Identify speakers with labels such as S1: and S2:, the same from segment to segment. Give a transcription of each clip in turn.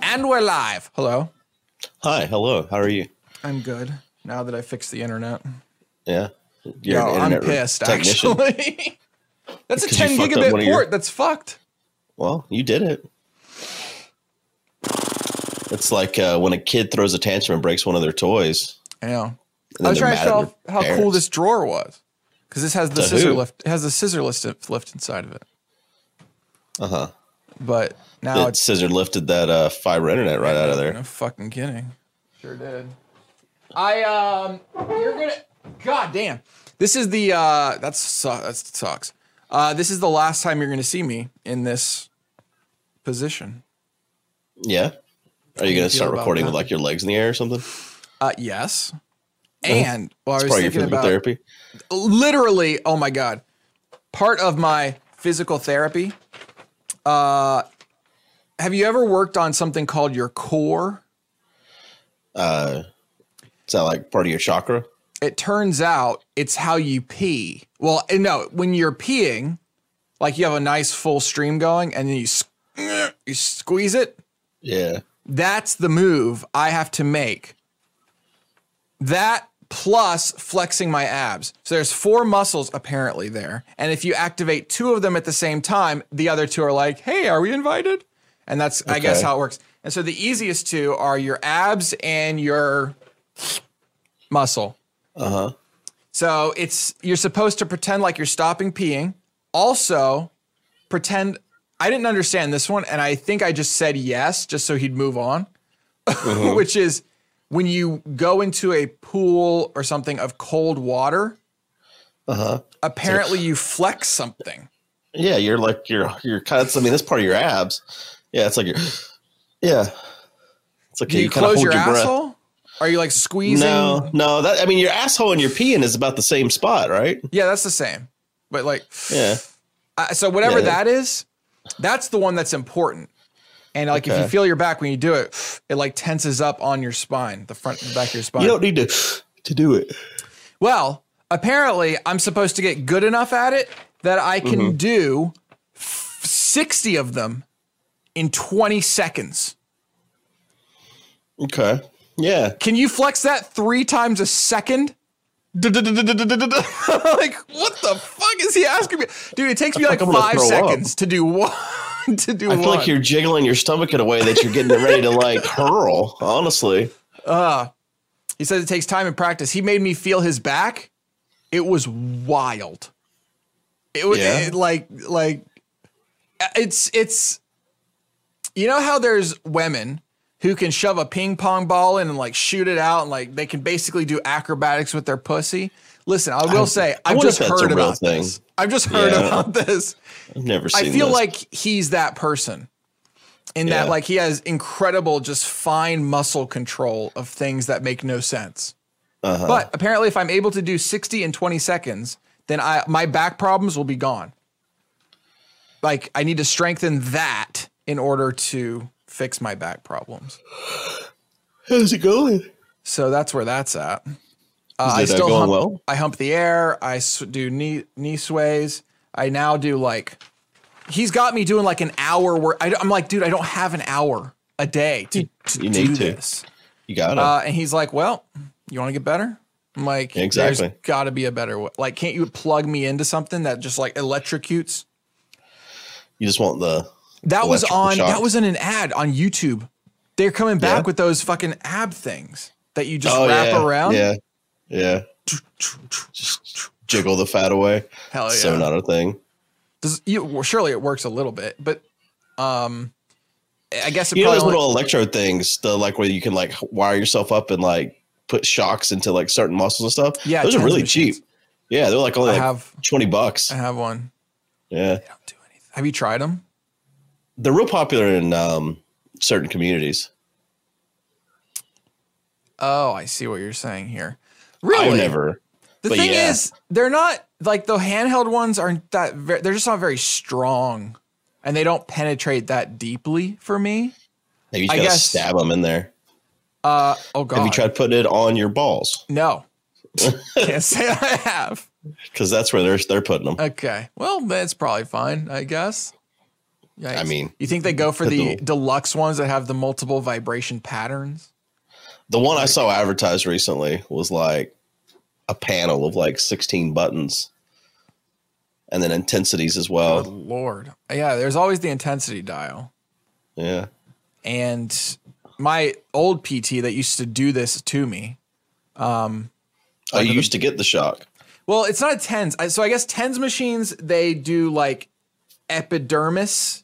S1: live. Hello.
S2: Hi, hello. How are you?
S1: I'm good. Now that I fixed the internet.
S2: Yeah. You're
S1: Yo,
S2: an
S1: I'm
S2: internet
S1: pissed
S2: technician.
S1: actually. That's a
S2: Because
S1: 10
S2: you fucked up one
S1: gigabit
S2: of your-
S1: port. That's fucked.
S2: Well, you did it. It's like uh, when a kid throws a tantrum and breaks one of their toys.
S1: Yeah.
S2: and
S1: I
S2: then
S1: was
S2: they're
S1: trying to
S2: mad
S1: show
S2: at
S1: off how
S2: their
S1: cool
S2: parents.
S1: this drawer was. Because this has the
S2: To
S1: scissor
S2: who?
S1: lift it has the scissor list lift inside of it.
S2: Uh-huh.
S1: But now
S2: That
S1: it's
S2: scissor lifted that uh, fiber internet right out of there.
S1: No fucking kidding. Sure did. I um, you're gonna. God damn. This is the uh. That's su- that sucks. Uh, this is the last time you're gonna see me in this position.
S2: Yeah. Are you
S1: you
S2: going to
S1: feel
S2: start
S1: about
S2: recording with
S1: that?
S2: like your legs in the air or something?
S1: Uh, yes. And well, I was
S2: Probably your
S1: thinking
S2: physical
S1: about
S2: therapy.
S1: literally. Oh my god. Part of my physical therapy. Uh, have you ever worked on something called your core?
S2: Uh, is that like part of your chakra?
S1: it turns out it's how you pee. Well, eh, no, when you're peeing, like you have a nice full stream going and then you s- you squeeze it,
S2: Yeah.
S1: that's the move I have to make. That plus flexing my abs. So there's four muscles apparently there. And if you activate two of them at the same time, the other two are like, "Hey, are we invited?" And that's I guess
S2: Okay.
S1: how it works. And so the easiest two are your abs and your muscle.
S2: Uh-huh.
S1: So it's you're supposed to pretend like you're stopping peeing. Also, pretend I didn't understand this one, and I think I just said yes just so he'd move on.
S2: Uh-huh.
S1: Which is when you go into a pool or something of cold water,
S2: Uh-huh.
S1: apparently you flex something.
S2: Yeah, you're like you're you're kind of. I mean, that's part of your abs. Yeah, it's like your. Yeah, it's like
S1: Do you,
S2: kinda
S1: close your,
S2: breath.
S1: asshole? Are you like squeezing?
S2: No, no. That I mean, your asshole and your peeing is about the same spot, right?
S1: Yeah, that's the same. But like,
S2: Yeah.
S1: Uh, so whatever
S2: Yeah.
S1: that is, that's the one that's important. And like if you
S2: Okay.
S1: feel your back when you do it, it like tenses up on your spine, the front and back of your spine.
S2: You don't need to to do it.
S1: well, apparently I'm supposed to get good enough at it that I can
S2: Mm-hmm.
S1: do f- 60 of them in 20 seconds.
S2: Okay. Yeah.
S1: Can you flex that 3 times a second? like what the fuck is he asking me? Dude, it takes me like
S2: I'm gonna
S1: 5
S2: throw up.
S1: seconds to do one to do
S2: I
S1: one.
S2: feel like you're jiggling your stomach in a way that you're getting ready to like hurl. Honestly,
S1: He says it takes time and practice. He made me feel his back. It was wild. It was
S2: Yeah.
S1: it, like like it's it's you know how there's women who can shove a ping pong ball in and like shoot it out and like they can basically do acrobatics with their pussy. Listen, I will say I've
S2: wonder
S1: just
S2: if that's a
S1: heard
S2: real
S1: about
S2: thing.
S1: this. I've just heard
S2: Yeah.
S1: about this.
S2: I've never
S1: I
S2: seen.
S1: feel
S2: this.
S1: like he's that person in that
S2: Yeah.
S1: like he has incredible just fine muscle control of things that make no sense.
S2: Uh-huh.
S1: But apparently if I'm able to do 60 in 20 seconds, then I my back problems will be gone. Like I need to strengthen that in order to fix my back problems.
S2: how's it going?
S1: So that's where that's at. Uh,
S2: Is
S1: I
S2: it, uh,
S1: still
S2: going
S1: hump,
S2: well?
S1: I hump the air. I s- do knee knee sways. I now do like. He's got me doing like an hour work. I, am like, dude, I don't have an hour a day to, to
S2: You
S1: do
S2: need to.
S1: this.
S2: You got it.
S1: Uh, and he's like, well, you want to get better? I'm like,
S2: Exactly.
S1: There's got to be a better way. Like, can't you plug me into something that just like electrocutes?
S2: you just want the.
S1: That was
S2: Electrical
S1: on.
S2: shock.
S1: That was in an ad on YouTube. They're coming back
S2: Yeah.
S1: with those fucking ab things that you just
S2: Oh
S1: wrap
S2: yeah.
S1: around.
S2: Yeah. Yeah. Just jiggle the fat away.
S1: Hell Oh, yeah.
S2: So not a thing.
S1: Does you well, surely it works a little bit, but um, I guess it
S2: you know
S1: probably
S2: those
S1: only-
S2: little electro things, the like where you can like wire yourself up and like put shocks into like certain muscles and stuff.
S1: Yeah,
S2: those are
S1: tens of
S2: really
S1: machines.
S2: cheap. Yeah, they're like only
S1: I
S2: like
S1: have
S2: twenty bucks.
S1: I have one.
S2: Yeah,
S1: They don't do anything. Have you tried them?
S2: they're real popular in um, certain communities.
S1: Oh, I see what you're saying here. Really?
S2: I've never.
S1: the
S2: but
S1: thing
S2: yeah.
S1: is, they're not like the handheld ones aren't that. Ver- they're just not very strong, and they don't penetrate that deeply for me.
S2: Maybe you
S1: I
S2: just gotta
S1: guess-
S2: stab them in there.
S1: Uh oh god.
S2: Have you tried putting it on your balls?
S1: No. Can't say I have.
S2: Because that's where they're they're putting them.
S1: Okay. Well, that's probably fine, I guess.
S2: I
S1: Yikes.
S2: mean,
S1: you think they go for
S2: the
S1: the
S2: dual.
S1: deluxe ones that have the multiple vibration patterns?
S2: the one I saw advertised recently was like a panel of like 16 buttons and then intensities as
S1: Oh,
S2: well.
S1: lord, yeah. There's always the intensity dial,
S2: Yeah.
S1: and my old PT that used to do this to me.
S2: I used to get the shock.
S1: Well, it's not a tens. I- So I guess tens machines they do like epidermis,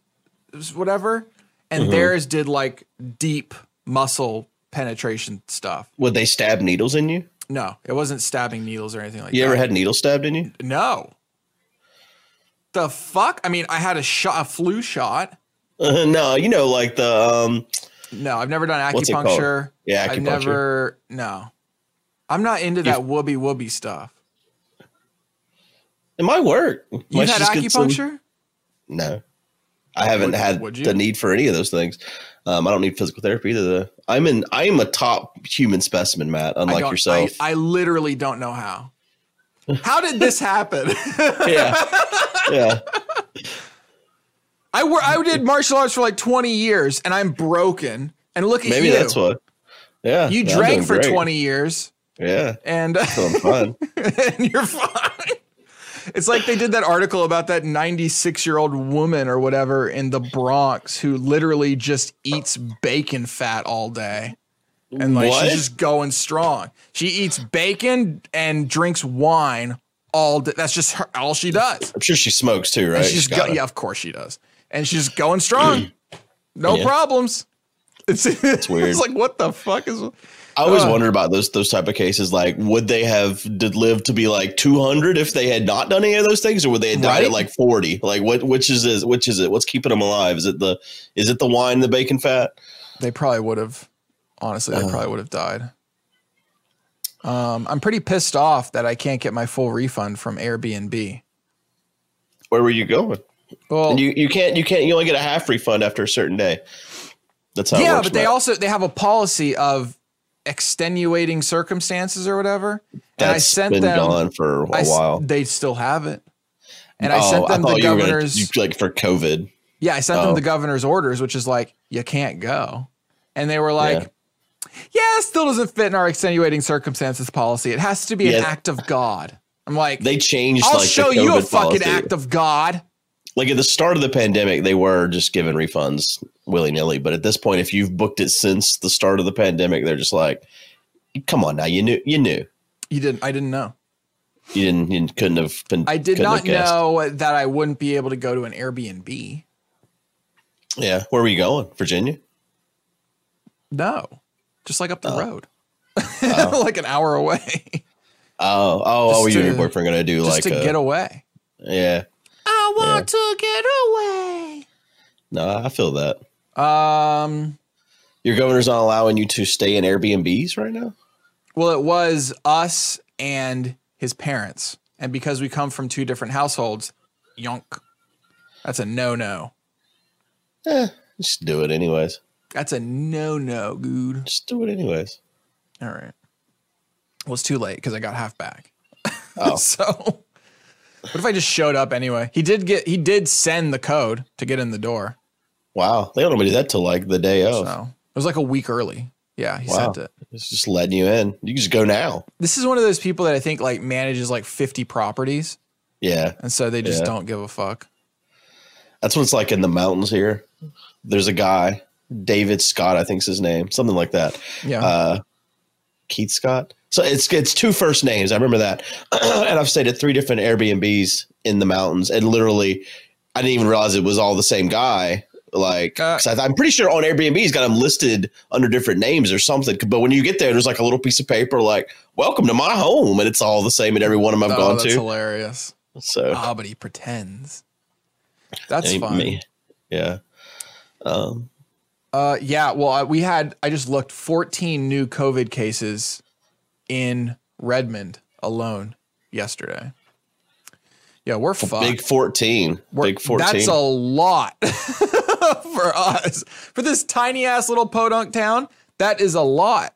S1: whatever, and
S2: Mm-hmm.
S1: theirs did like deep muscle penetration stuff.
S2: Would they stab needles in you?
S1: No, it wasn't stabbing needles or anything like
S2: You
S1: that.
S2: ever had needles stabbed in you?
S1: No. The fuck? I mean, I had a shot, a flu shot.
S2: Uh, no, you know, like the um,
S1: No, I've never done
S2: What's it called?
S1: acupuncture.
S2: Yeah,
S1: I've
S2: acupuncture.
S1: never. No, I'm not into that whoopee whoopee stuff.
S2: it might work. You
S1: You had acupuncture?
S2: No, I haven't
S1: Would-
S2: had
S1: would you?
S2: the need for any of those things. Um, I don't need physical therapy either. Though. I'm in. I'm a top human specimen, Matt.
S1: I
S2: Unlike
S1: don't.
S2: yourself.
S1: I, I literally don't know how. How did this happen?
S2: yeah, yeah.
S1: I wor- I did martial arts for like 20 years, and I'm broken. And look at
S2: Maybe
S1: you.
S2: that's what. Yeah,
S1: you
S2: I'm
S1: drank
S2: doing
S1: for
S2: great.
S1: 20 years,
S2: Yeah,
S1: and
S2: so I'm fine.
S1: and you're fine. It's like they did that article about that 96 year old woman or whatever in the Bronx who literally just eats bacon fat all day. And like
S2: What?
S1: she's just going strong. She eats bacon and drinks wine all day. That's just her, all she does.
S2: I'm sure she smokes too, right?
S1: And she's go,
S2: Gotta-
S1: yeah, of course she does. And she's going strong. No
S2: Yeah.
S1: problems. It's, it's
S2: weird.
S1: it's like what the fuck is
S2: I always
S1: Uh.
S2: wonder about those those type of cases. Like, would they have did live to be like 200 if they had not done any of those things, or would they have died
S1: Right.
S2: at like 40? Like, what which is it? Which is it? What's keeping them alive? Is it the is it the wine, the bacon fat?
S1: They probably would have. Honestly,
S2: Uh-huh.
S1: they probably would have died. Um, I'm pretty pissed off that I can't get my full refund from Airbnb.
S2: Where were you going?
S1: Well,
S2: And you you can't you can't you only get a half refund after a certain day. That's how. it
S1: yeah,
S2: works,
S1: but they
S2: Matt.
S1: also they have a policy of extenuating circumstances or whatever. and I
S2: That's
S1: sent
S2: been
S1: them.
S2: gone for a
S1: I s-
S2: while.
S1: They still have it. And I
S2: Oh,
S1: sent them
S2: thought
S1: the
S2: you were gonna-
S1: governor's.
S2: you- like for COVID.
S1: Yeah, I sent them
S2: Oh.
S1: the governor's orders, which is like, you can't go. And they were like, yeah, it still doesn't fit in our extenuating circumstances policy. It has to be an
S2: Yeah.
S1: act of God. I'm like,
S2: They changed.
S1: I'll
S2: like, the
S1: show you a
S2: COVID
S1: fucking
S2: policy.
S1: act of God.
S2: like at the start of the pandemic, they were just giving refunds willy nilly. But at this point, if you've booked it since the start of the pandemic, they're just like, "Come on now, you knew, you knew,
S1: You didn't. I didn't know.
S2: you didn't, you couldn't have been."
S1: I did
S2: couldn't
S1: not
S2: have guessed."
S1: know that I wouldn't be able to go to an Airbnb.
S2: Yeah, where were you going, Virginia?
S1: No, just like up the road, like an hour away,
S2: Oh, oh,
S1: Just
S2: oh, you and your
S1: to-
S2: boyfriend going to do
S1: just
S2: like
S1: to
S2: a,
S1: get away.
S2: yeah?
S1: I want to
S2: No, I feel that
S1: get away. Um.
S2: your governor's not allowing you to stay in Airbnbs right now.
S1: Well, it was us and his parents. And because we come from two different households, yonk. That's a no no.
S2: Eh, just do it anyways.
S1: That's a no no, dude.
S2: Just do it anyways.
S1: All right. Well, it's too late because I got half back.
S2: Oh.
S1: so what if I just showed up anyway? He did get he did send the code to get in the door.
S2: Wow, they don't normally do that till like the day of.
S1: So it was like a week early. Yeah, he
S2: Oh. Wow.
S1: sent it.
S2: It's just letting you in. You can just go now.
S1: This is one of those people that I think like manages like 50 properties
S2: Yeah,
S1: and so they just
S2: Yeah.
S1: don't give a fuck.
S2: That's what it's like in the mountains here. There's a guy, David Scott, I think's his name, something like that.
S1: Yeah.
S2: Uh, Keith Scott. So it's it's two first names. I remember that. and I've stayed at three different Airbnbs in the mountains, and literally, I didn't even realize it was all the same guy. Like,
S1: Uh,
S2: 'cause I, am pretty sure on Airbnb he's got them listed under different names or something. But when you get there, there's like a little piece of paper like "Welcome to my home," and it's all the same at every one of them I've
S1: oh,
S2: gone
S1: that's
S2: to.
S1: hilarious.
S2: so
S1: Ah, but he pretends. That's
S2: and he-
S1: fine.
S2: me- yeah. Um,
S1: Uh, yeah. Well, I, we had. I just looked. Fourteen new COVID cases in Redmond alone yesterday. Yeah, we're fucked.
S2: Big 14.
S1: We're-
S2: Big 14.
S1: That's a lot for us. For this tiny ass little podunk town, that is a lot.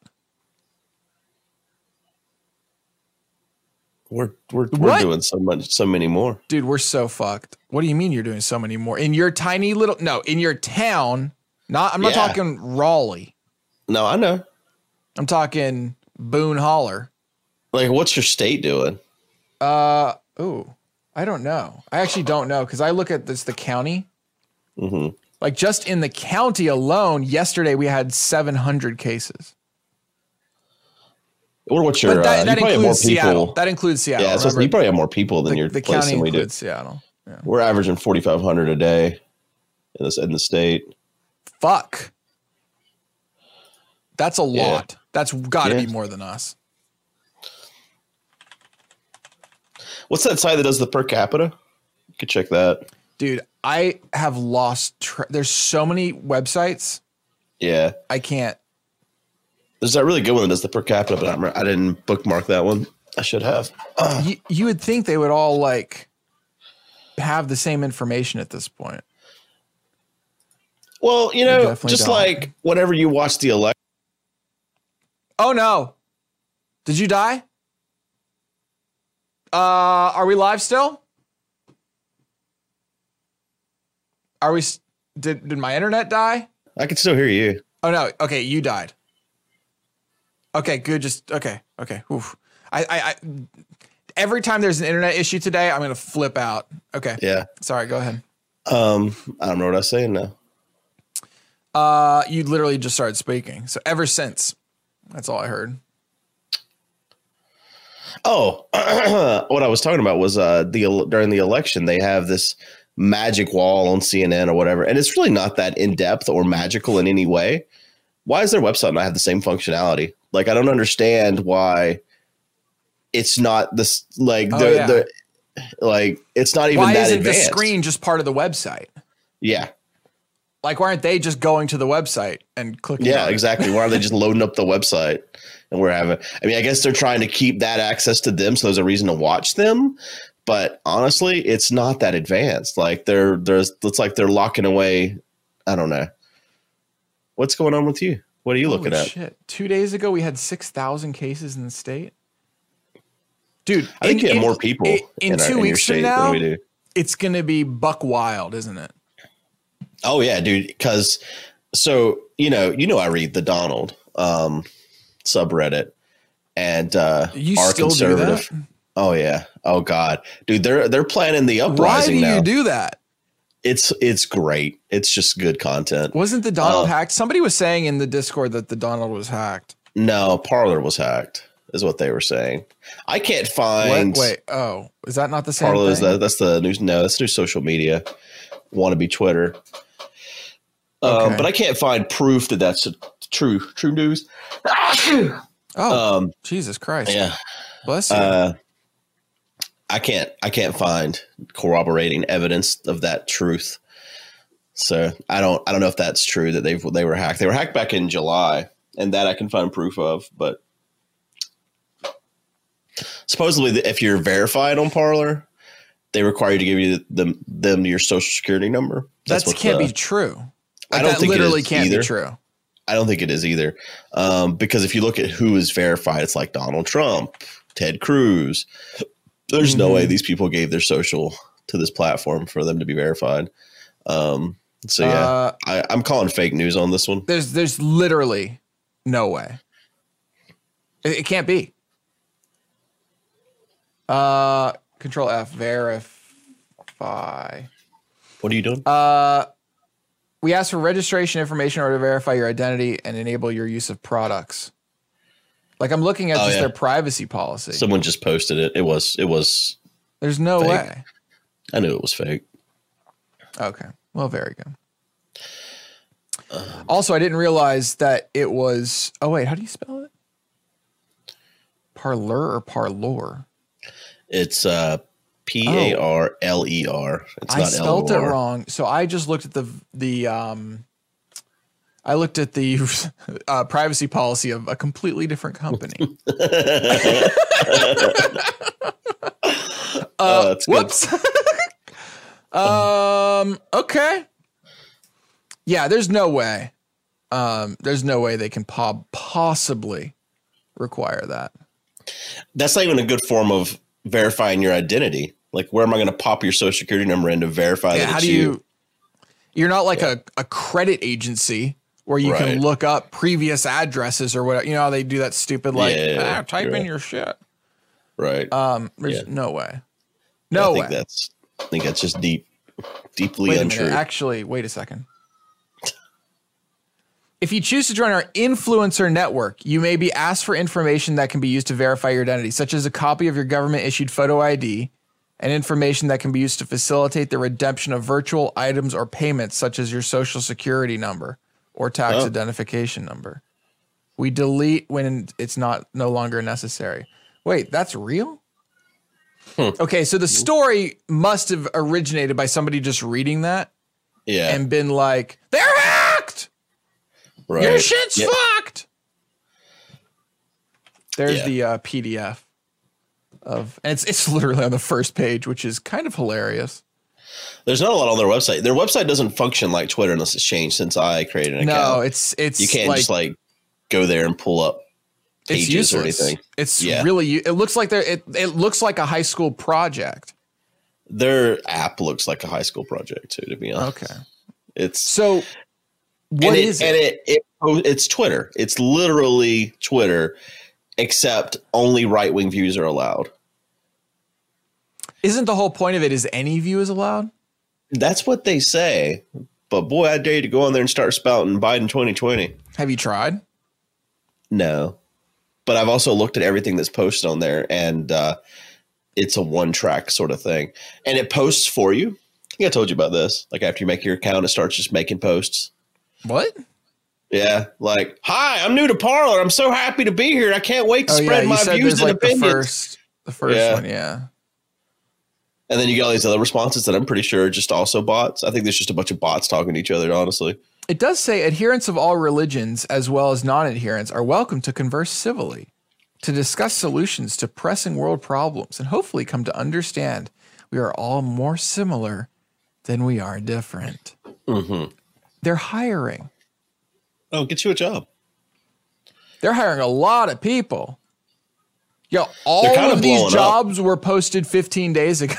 S2: We're we're, we're
S1: What?
S2: doing so much, so many more.
S1: Dude, we're so fucked. What do you mean you're doing so many more? In your tiny little no, in your town, not I'm not
S2: Yeah.
S1: talking Raleigh.
S2: No, I know.
S1: I'm talking Boone Holler.
S2: Like, what's your state doing?
S1: Uh ooh. I don't know. I actually don't know because I look at this the county.
S2: hmm
S1: Like just in the county alone, yesterday we had 700 cases.
S2: What, what's your?
S1: but that,
S2: uh,
S1: that
S2: you probably have more
S1: includes Seattle.
S2: people.
S1: That includes Seattle.
S2: yeah, it's just, you
S1: remember?
S2: probably have more people than
S1: the,
S2: your
S1: the
S2: place
S1: county
S2: than we do.
S1: includes Seattle. Yeah.
S2: We're averaging forty five hundred a day in this in the state.
S1: Fuck. That's a
S2: Yeah.
S1: lot. That's got to
S2: Yeah.
S1: be more than us.
S2: What's that site that does the per capita? You could check that.
S1: Dude, I have lost tra- there's so many websites.
S2: Yeah,
S1: I can't.
S2: there's that really good one that does the per capita, but I'm, I didn't bookmark that one. I should have.
S1: You, you would think they would all like have the same information at this point.
S2: Well, you
S1: You
S2: know,
S1: definitely
S2: just
S1: don't.
S2: like whenever you watch the election,
S1: Oh no. Did you die? Uh are we live still? Are we s- did did my internet die?
S2: I can still hear you.
S1: Oh no. Okay, you died. Okay, good. Just okay. Okay. Oof. I, I, I every time there's an internet issue today, I'm gonna flip out. Okay.
S2: Yeah.
S1: Sorry. Go ahead.
S2: Um, I don't know what I was saying now.
S1: Uh, you literally just started speaking. So ever since, that's all I heard.
S2: Oh, what I was talking about was uh, the el- during the election they have this magic wall on CNN or whatever, and it's really not that in depth or magical in any way. Why is their website not have the same functionality? Like, I don't understand why it's not this like
S1: Oh,
S2: the,
S1: yeah.
S2: the like it's not even
S1: why
S2: that
S1: isn't
S2: advanced.
S1: the screen just part of the website?
S2: Yeah,
S1: Like, why aren't they just going to the website and clicking?
S2: yeah,
S1: on it?
S2: exactly. Why are they just loading up the website? And we're having. I mean, I guess they're trying to keep that access to them, so there's a reason to watch them. But honestly, it's not that advanced. Like they're there's it's like they're locking away. I don't know. What's going on with you? What are you looking
S1: Holy
S2: at?
S1: Shit. Two days ago, we had six thousand cases in the state. Dude,
S2: I think
S1: in-
S2: you have
S1: in-
S2: more people
S1: in, in
S2: our-
S1: two
S2: your
S1: weeks from
S2: state
S1: now.
S2: than we do.
S1: it's gonna be buck wild, isn't it?
S2: Oh yeah, dude. Because so you know, you know, I read the Donald um, subreddit and uh,
S1: You
S2: are
S1: still do
S2: conservative.
S1: that?
S2: Oh yeah. Oh god, dude. They're they're planning the uprising
S1: Why do
S2: now.
S1: you do that?
S2: it's it's great. It's just good content.
S1: Wasn't the Donald
S2: Uh,
S1: hacked? Somebody was saying in the Discord that the Donald was hacked.
S2: No, Parlor was hacked, is what they were saying. I can't
S1: What?
S2: find
S1: Wait, oh, is that not the same
S2: Parlor. Is
S1: thing?
S2: that that's the news? No, that's new social media. Wannabe Twitter. Um,
S1: Okay.
S2: but I can't find proof that that's true true news.
S1: oh,
S2: Um,
S1: Jesus Christ!
S2: yeah.
S1: Bless you.
S2: Uh, I can't I can't find corroborating evidence of that truth. So I don't I don't know if that's true that they they were hacked. They were hacked back in July, and that I can find proof of. But supposedly, if you're verified on Parler, they require you to give you them them your social security number.
S1: that
S2: what
S1: can't
S2: the-
S1: be true.
S2: I
S1: Like,
S2: don't
S1: that
S2: think it
S1: literally
S2: is
S1: can't
S2: either.
S1: be true.
S2: I don't think it is either. Um, because if you look at who is verified, it's like Donald Trump, Ted Cruz. There's no
S1: Mhm.
S2: way these people gave their social to this platform for them to be verified. Um, so yeah,
S1: Uh,
S2: I, I'm calling fake news on this one.
S1: there's there's literally no way. It, it can't be. Uh, control F verify.
S2: What are you doing?
S1: Uh, we ask for registration information in order to verify your identity and enable your use of products. Like I'm looking at
S2: Oh,
S1: just
S2: yeah.
S1: their privacy policy.
S2: Someone just posted it. It was it was.
S1: There's no
S2: fake.
S1: way.
S2: I knew it was fake.
S1: Okay. Well, very good. also, I didn't realize that it was. Oh wait, how do you spell it? Parlor or parlor?
S2: It's uh, P A R L E R. It's
S1: I
S2: not E
S1: spelled it
S2: L-O-R.
S1: wrong. So I just looked at the the um. I looked at the uh, privacy policy of a completely different company. Uh,
S2: Oh,
S1: Uh,
S2: that's good.
S1: whoops. um. Okay. Yeah, there's no way. Um, there's no way they can po- possibly require that.
S2: That's not even a good form of verifying your identity. Like, where am I going to pop your social security number in to verify
S1: Yeah,
S2: that
S1: how
S2: it's
S1: do
S2: you?
S1: you? You're not like a, a credit agency where you
S2: Right.
S1: can look up previous addresses or whatever. You know how they do that stupid like
S2: Yeah, yeah, yeah.
S1: ah, type
S2: You're
S1: in
S2: right.
S1: your shit.
S2: Right.
S1: Um, there's
S2: Yeah.
S1: no way.
S2: I
S1: No
S2: think
S1: way.
S2: that's. I think that's just deep, deeply
S1: Wait a
S2: untrue.
S1: minute. Actually, wait a second. If you choose to join our influencer network, you may be asked for information that can be used to verify your identity, such as a copy of your government issued photo ID and information that can be used to facilitate the redemption of virtual items or payments, such as your social security number or tax
S2: Oh.
S1: identification number. We delete when it's not no longer necessary. Wait, that's real? Okay, so the story must have originated by somebody just reading that
S2: yeah.
S1: and been like, they're hacked.
S2: right.
S1: Your shit's
S2: Yeah.
S1: fucked. There's
S2: Yeah.
S1: the uh, PDF of, and it's it's literally on the first page, which is kind of hilarious.
S2: There's not a lot on their website. Their website doesn't function like Twitter unless it's changed since I created an
S1: No,
S2: account.
S1: it's it's
S2: You can't
S1: like,
S2: just like go there and pull up
S1: it's
S2: pages or
S1: useless.
S2: anything.
S1: It's
S2: Yeah.
S1: really u- it looks like they're it, it looks like a high school project.
S2: Their app looks like a high school project too. To be honest,
S1: Okay,
S2: it's
S1: so what
S2: and it,
S1: is
S2: and
S1: it?
S2: it, it- oh, it's Twitter. It's literally Twitter, except only right wing views are allowed.
S1: Isn't the whole point of it is any view is allowed?
S2: That's what they say. But boy, I dare you to go on there and start spouting Biden 2020.
S1: Have you tried?
S2: No, but I've also looked at everything that's posted on there, and uh, it's a one track sort of thing. And it posts for you. I think I told you about this. Like after you make your account, it starts just making posts.
S1: What?
S2: Yeah, like, hi, I'm new to Parlor. I'm so happy to be here. I can't wait to
S1: Oh yeah,
S2: spread
S1: you
S2: my
S1: said
S2: views
S1: there's
S2: and
S1: like the
S2: opinions.
S1: first the first
S2: Yeah.
S1: one. Yeah.
S2: And then you get all these other responses that I'm pretty sure are just also bots. I think there's just a bunch of bots talking to each other, honestly.
S1: It does say adherents of all religions as well as non-adherents are welcome to converse civilly, to discuss solutions to pressing world problems, and hopefully come to understand we are all more similar than we are different.
S2: Mm-hmm.
S1: They're hiring.
S2: Oh, get you a job.
S1: They're hiring a lot of people. Yo, all
S2: They're kinda
S1: of these
S2: blowing up.
S1: jobs were posted 15 days ago.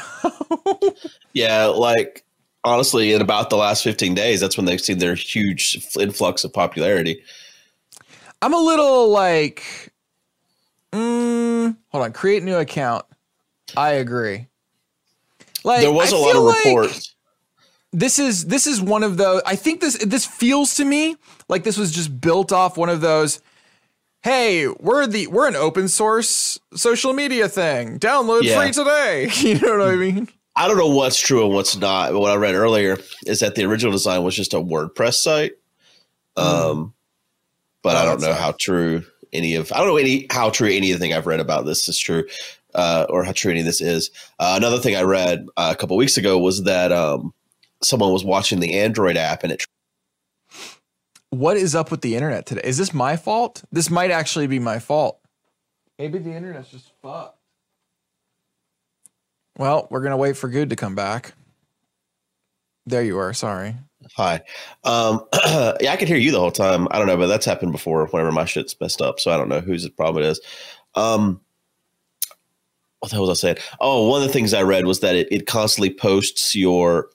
S2: Yeah, like honestly, in about the last 15 days, that's when they've seen their huge f- influx of popularity.
S1: I'm a little like, mm, hold on, create new account. I agree. Like
S2: there was
S1: a
S2: a lot of reports.
S1: this is this is one of those i think this this feels to me like this was just built off one of those hey we're the we're an open source social media thing download
S2: Yeah.
S1: free today you know what i mean
S2: I don't know what's true and what's not. But what I read earlier is that the original design was just a WordPress site. Um, but
S1: Hmm. Oh,
S2: I don't
S1: that
S2: know how true any of I don't know any how true anything I've read about this is true, uh, or how true any of this is. Uh, another thing I read uh, a couple weeks ago was that um, someone was watching the Android app and it.
S1: what is up with the internet today is this my fault this might actually be my fault maybe the internet's just fucked well we're gonna wait for good to come back there you are sorry
S2: Hi, um, yeah, I could hear you the whole time. I don't know, but that's happened before. Whenever my shit's messed up, so I don't know whose problem it is. Um, what the hell was I saying? Oh, one of the things I read was that it, it constantly posts your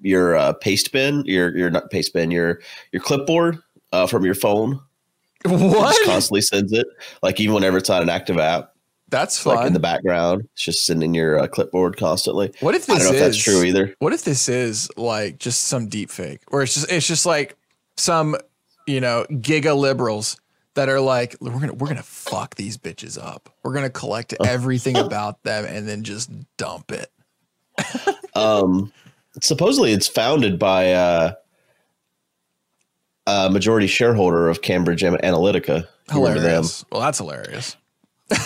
S2: your uh, paste bin, your your not paste bin, your your clipboard uh, from your phone. It just
S1: what
S2: constantly sends it, like even whenever it's not an active app,
S1: that's
S2: it's like in
S1: fun
S2: the background, it's just sending your uh, clipboard constantly.
S1: what if
S2: I
S1: this
S2: don't know
S1: is
S2: if that's true e- either.
S1: What if this is like just some deep fake where it's just it's just like some, you know, giga liberals that are like, we're gonna we're gonna fuck these bitches up. We're gonna collect everything about them and then just dump it.
S2: um supposedly it's founded by uh a majority shareholder of Cambridge Ana- Analytica. You remember them?
S1: Hilarious. Well, that's hilarious.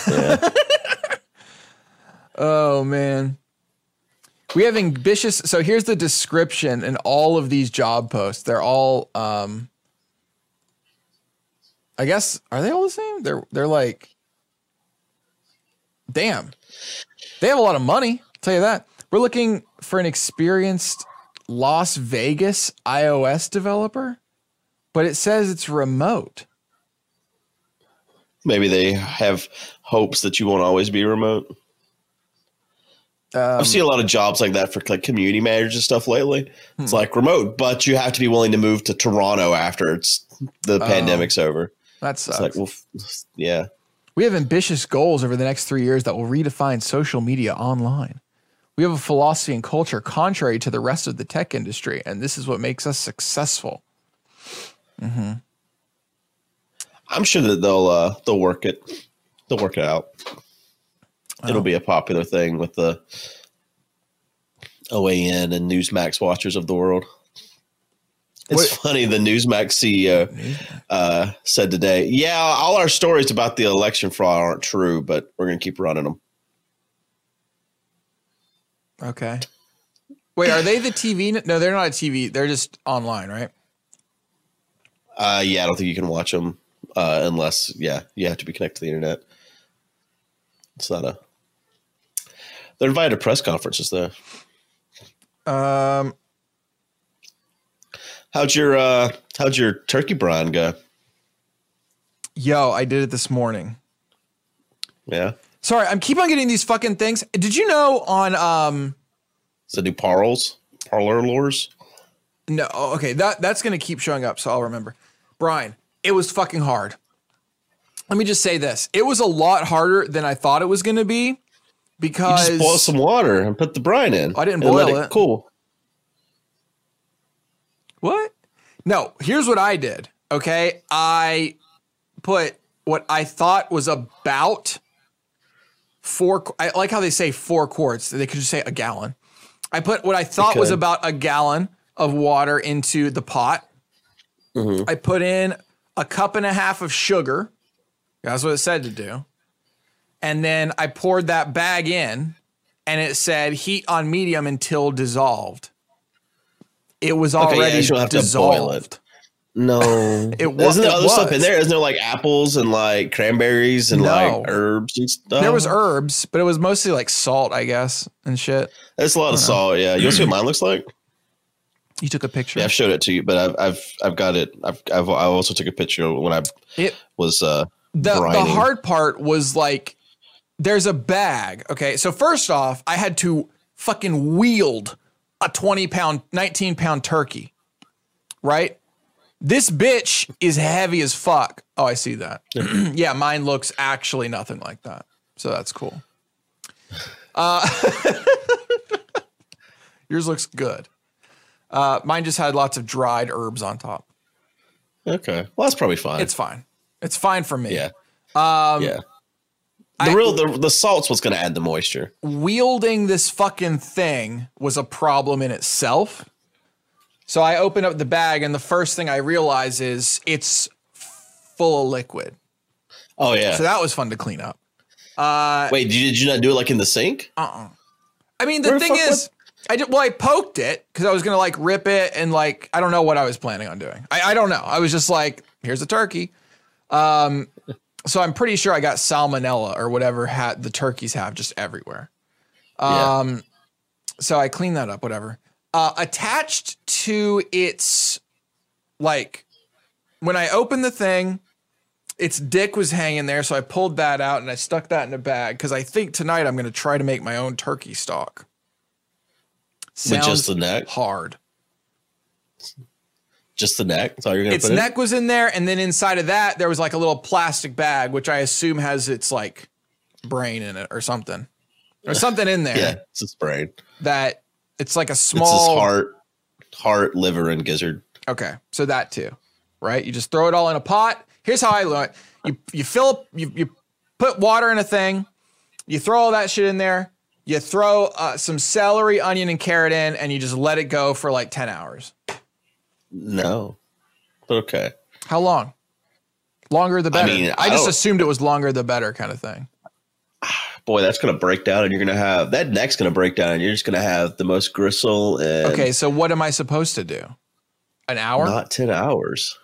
S2: Yeah.
S1: Oh man. We have ambitious. So here's the description in all of these job posts. They're all, um, I guess, are they all the same? They're they're like, damn, they have a lot of money. I'll tell you that. We're looking for an experienced Las Vegas iOS developer, but it says it's remote.
S2: Maybe they have hopes that you won't always be remote.
S1: Uh, Um,
S2: I've seen a lot of jobs like that for like community managers and stuff lately.
S1: hmm.
S2: It's like remote, but you have to be willing to move to Toronto after it's the pandemic's over.
S1: That
S2: It's
S1: Oh. sucks.
S2: like, well, f- yeah,
S1: We have ambitious goals over the next three years that will redefine social media online. We have a philosophy and culture contrary to the rest of the tech industry, and this is what makes us successful.
S2: I'm sure that they'll uh, they'll work it, they'll work it out. It'll be a popular thing with the OAN and Newsmax watchers of the world. It's funny. The Newsmax CEO uh, said today, "Yeah, all our stories about the election fraud aren't true, but we're going to keep running them."
S1: Okay. Wait, are they the TV? n- No, they're not a TV. They're just online, right?
S2: Uh, yeah, I don't think you can watch them uh, unless, yeah, you have to be connected to the internet. It's not a. They're invited to press conferences though.
S1: Um,
S2: How'd your uh, how'd your turkey brine go?
S1: yo, I did it this morning.
S2: Yeah,
S1: Sorry, I'm keep on getting these fucking things. Did you know on um
S2: is it new parles parlor lures?
S1: no oh, okay that that's gonna keep showing up so I'll remember. Brian, it was fucking hard. Let me just say this: it was a lot harder than I thought it was gonna be because
S2: Just boil some water and put the brine in.
S1: I didn't
S2: and let
S1: boil it.
S2: Cool.
S1: What? No, here's what I did. Okay. I put what I thought was about four, qu- I like how they say four quarts. They could just say a gallon. I put what I thought was
S2: could.
S1: about a gallon of water into the pot. I put in a cup and a half of sugar. That's what it said to do. And then I poured that bag in and it said heat on medium until dissolved. It was
S2: yeah,
S1: already
S2: you don't have to boil
S1: dissolved.
S2: it. No,
S1: It wa-
S2: wasn't there
S1: it
S2: other stuff in
S1: was.
S2: there. Isn't there like apples and like cranberries and
S1: No.
S2: like herbs and stuff?
S1: There was herbs, but it was mostly like salt, I guess, and shit.
S2: That's a lot
S1: Uh-huh.
S2: of salt. Yeah, you want to see what mine looks like?
S1: You took a picture.
S2: Yeah, I've showed it to you, but I've I've I've got it. I've I've I also took a picture when I
S1: It-
S2: was uh
S1: the, the
S2: brining.
S1: hard part was like there's a bag. Okay. So first off, I had to fucking wield a 20 pound, 19 pound turkey. Right? This bitch is heavy as fuck. Oh, I see that. yeah, mine looks actually nothing like that. So that's cool. Uh yours looks good. Uh mine just had lots of dried herbs on top.
S2: okay. Well, that's probably fine.
S1: It's fine. It's fine for me.
S2: yeah. Um, yeah. The
S1: I-
S2: real the, the salt's what's going to add the moisture.
S1: wielding this fucking thing was a problem in itself. So I open up the bag, and the first thing I realize is it's full of liquid.
S2: Oh yeah.
S1: So that was fun to clean up. Uh,
S2: Wait, did you, did you not do it like in the sink?
S1: uh-uh. I mean, the
S2: Where the
S1: thing
S2: fuck
S1: is, I did well. I poked it because I was gonna like rip it and like I don't know what I was planning on doing. I, I don't know. I was just like, here's a turkey. Um, so I'm pretty sure I got salmonella or whatever hat the turkeys have just everywhere.
S2: Yeah.
S1: Um, so I cleaned that up. Whatever. Uh, attached to its like when I opened the thing, its dick was hanging there, so I pulled that out and I stuck that in a bag because I think tonight I'm going to try to make my own turkey stock.
S2: With
S1: Sounds
S2: just the neck,
S1: hard.
S2: just the neck. That's all you're going to
S1: Its
S2: put
S1: neck was in there, and then inside of that there was like a little plastic bag, which I assume has its like brain in it or something, or something in there
S2: in. Yeah, it's his brain.
S1: that it's like a small.
S2: It's his heart, heart, liver, and gizzard.
S1: Okay, so that too, right? You just throw it all in a pot. Here's how I learn: you you fill you you put water in a thing, you throw all that shit in there, you throw uh, some celery, onion, and carrot in, and you just let it go for like ten hours.
S2: No, but okay.
S1: How long? Longer the better. I,
S2: mean, I
S1: just
S2: don't-
S1: assumed it was longer the better kind of thing.
S2: Boy, that's going to break down, and you're going to have that neck's going to break down, and you're just going to have the most gristle and
S1: Okay, so what am I supposed to do? An hour?
S2: not um, ten hours.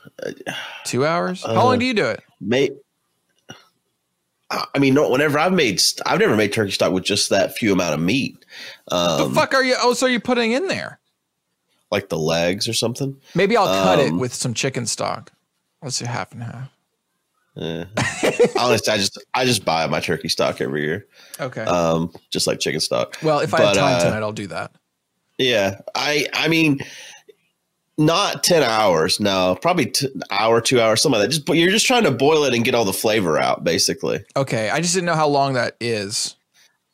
S1: two hours? how long do you do it?
S2: May I I mean, no, whenever I've made, st- I've never made turkey stock with just that few amount of meat, um,
S1: the fuck are you? Oh, so you're putting in there?
S2: like the legs or something.
S1: Maybe I'll cut it
S2: Um,
S1: with some chicken stock. Let's do half and half.
S2: Yeah. Honestly, I just I just buy my turkey stock every year,
S1: Okay.
S2: um, just like chicken stock.
S1: well, if I have
S2: but,
S1: time
S2: uh,
S1: tonight, I'll do that.
S2: Yeah, I I mean, not ten hours. No, probably t- hour, two hours, something like that. Just but you're just trying to boil it and get all the flavor out, basically.
S1: Okay. I just didn't know how long that is.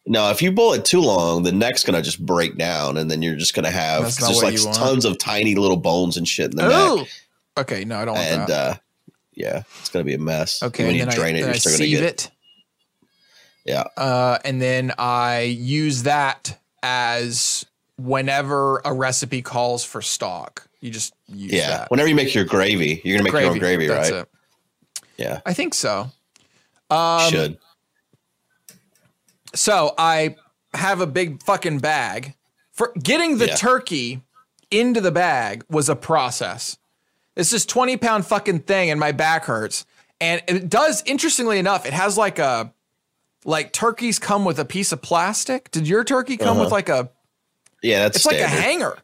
S2: No, if you boil it too long, the neck's gonna just break down, and then you're just gonna have
S1: That's not
S2: just
S1: what
S2: like
S1: you want.
S2: tons of tiny little bones and shit in the neck,
S1: Oh. Okay. No, I don't want
S2: and
S1: that.
S2: uh, yeah, it's gonna be a mess.
S1: Okay.
S2: when you
S1: and then
S2: drain
S1: I,
S2: it,
S1: then
S2: you're
S1: I
S2: still gonna
S1: sieve
S2: get
S1: it.
S2: Yeah.
S1: Uh, and then I use that as whenever a recipe calls for stock. You just use
S2: yeah.
S1: that.
S2: Whenever you make your gravy, you're gonna make your own gravy,
S1: That's
S2: right?
S1: it.
S2: Yeah,
S1: I think so. Um,
S2: should.
S1: So I have a big fucking bag. For getting the
S2: Yeah.
S1: turkey into the bag was a process. It's this 20 pound fucking thing, and my back hurts. And it does, interestingly enough, it has like a like turkeys come with a piece of plastic. Did your turkey come with like a
S2: Yeah, that's
S1: it's
S2: Uh-huh. standard.
S1: like a hanger?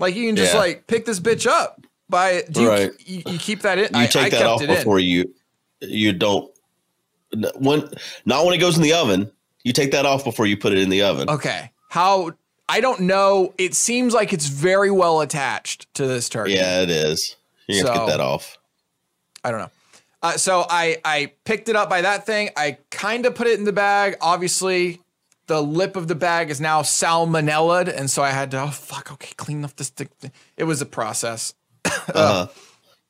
S1: Like you can just
S2: Yeah.
S1: like pick this bitch up by do you,
S2: Right.
S1: you, you keep that in?
S2: you
S1: I,
S2: take
S1: I
S2: that
S1: kept
S2: off
S1: it in.
S2: before you you don't n- when not when it goes in the oven you take that off before you put it in the oven
S1: Okay. How I don't know. It seems like it's very well attached to this turkey.
S2: yeah it is you have to
S1: So-
S2: get that off
S1: I don't know. Uh, so I I picked it up by that thing. I kind of put it in the bag. Obviously, the lip of the bag is now salmonella'd, and so I had to oh fuck okay clean up this thing. It was a process.
S2: uh-huh.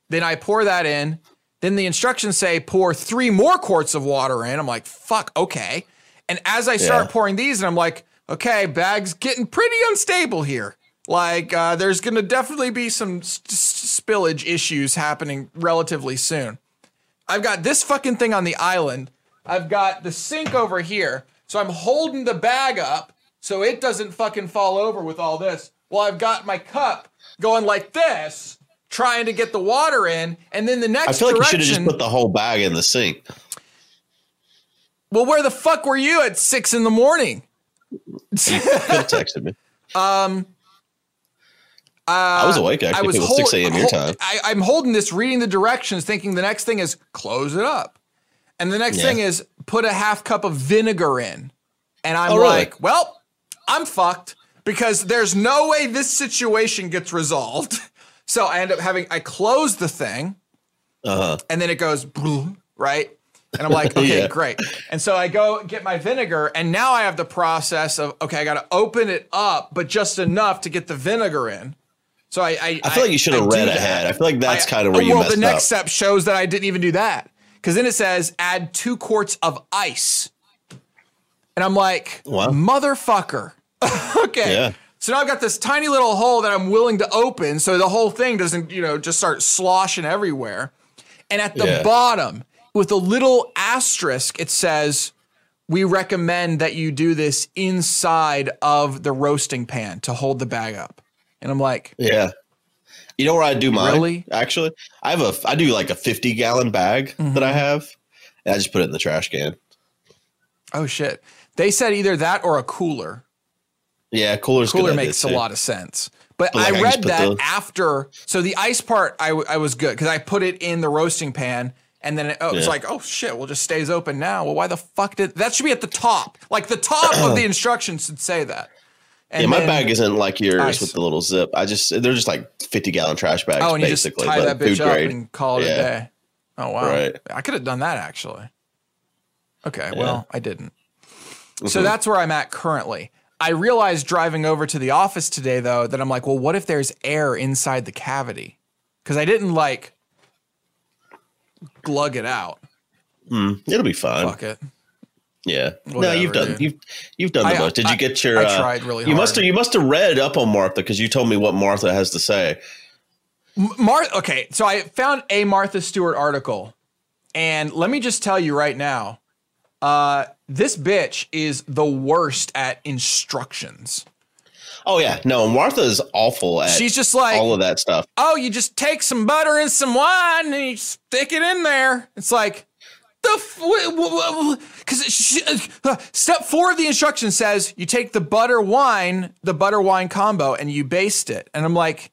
S1: Then I pour that in. Then the instructions say pour three more quarts of water in. I'm like fuck okay. And as I start
S2: Yeah.
S1: pouring these, and I'm like okay, bag's getting pretty unstable here. Like uh, there's gonna definitely be some s- s- spillage issues happening relatively soon. I've got this fucking thing on the island. I've got the sink over here. So I'm holding the bag up so it doesn't fucking fall over with all this. Well, I've got my cup going like this, trying to get the water in. And then the next
S2: i feel like you should have
S1: direction.
S2: just put the whole bag in the sink
S1: well, where the fuck were you at six in the morning?
S2: could have texted me um I was awake actually. I was it was
S1: uh, hold-
S2: six a.m. your
S1: hold-
S2: time.
S1: I, I'm holding this, reading the directions, thinking the next thing is close it up, and the next
S2: Yeah.
S1: thing is put a half cup of vinegar in, and I'm
S2: Oh, really?
S1: like, well, I'm fucked because there's no way this situation gets resolved. So I end up having I close the thing,
S2: Uh-huh.
S1: and then it goes "Bleh," right and i'm like okay
S2: Yeah.
S1: great and so i go get my vinegar and now i have the process of okay i gotta open it up but just enough to get the vinegar in so i i,
S2: I feel like you should have
S1: do
S2: read
S1: that.
S2: ahead. I feel like that's
S1: I-
S2: kind of where
S1: oh,
S2: you
S1: well
S2: messed
S1: the next
S2: up.
S1: step shows that i didn't even do that because then it says add two quarts of ice and i'm like
S2: Wow.
S1: motherfucker okay
S2: Yeah.
S1: so now i've got this tiny little hole that i'm willing to open so the whole thing doesn't you know just start sloshing everywhere and at the
S2: Yeah.
S1: bottom, with a little asterisk, it says, We recommend that you do this inside of the roasting pan to hold the bag up. And I'm like,
S2: Yeah. You know where I do mine?
S1: Really?
S2: Actually, I have a I do like a fifty gallon bag that
S1: Mm-hmm.
S2: I have, and I just put it in the trash can.
S1: Oh shit. They said either that or a cooler.
S2: Yeah, cooler's good
S1: Cooler
S2: at
S1: makes
S2: this,
S1: a
S2: too.
S1: lot of sense. But,
S2: But, like,
S1: I
S2: I just
S1: read
S2: put
S1: that
S2: the-
S1: after. So the ice part, I, w- I was good because I put it in the roasting pan. And then it, oh, it's
S2: Yeah.
S1: like, oh shit, well, just stays open now. Well, why the fuck did that? Should be at the top. Like the top of the instructions should say that. And
S2: yeah, my
S1: then-
S2: bag isn't like yours
S1: Ice.
S2: with the little zip. I just they're just like fifty gallon trash bags,
S1: Oh, and you just
S2: basically.
S1: tie that
S2: but
S1: bitch
S2: food
S1: up
S2: grade.
S1: and call it a
S2: Yeah.
S1: day. Oh wow,
S2: Right.
S1: I could have done that actually. Okay, well I didn't. So
S2: Mm-hmm.
S1: that's where I'm at currently. I realized driving over to the office today though that I'm like, well, what if there's air inside the cavity? Because I didn't like glug it out.
S2: Hmm, It'll be fine.
S1: Fuck it.
S2: Yeah. no,
S1: Whatever,
S2: you've done
S1: dude.
S2: you've you've done
S1: I-
S2: the most. Did
S1: I-
S2: you get your?
S1: I
S2: uh,
S1: tried really
S2: You must
S1: hard.
S2: have you must have read up on Martha because you told me what Martha has to say.
S1: Martha. Okay, so I found a Martha Stewart article, and let me just tell you right now, uh, this bitch is the worst at instructions.
S2: Oh yeah, no, Martha is awful at
S1: She's just like,
S2: all of that stuff.
S1: oh, you just take some butter and some wine and you stick it in there. It's like the because uh, step four of the instruction says you take the butter wine, the butter wine combo, and you baste it. And I'm like,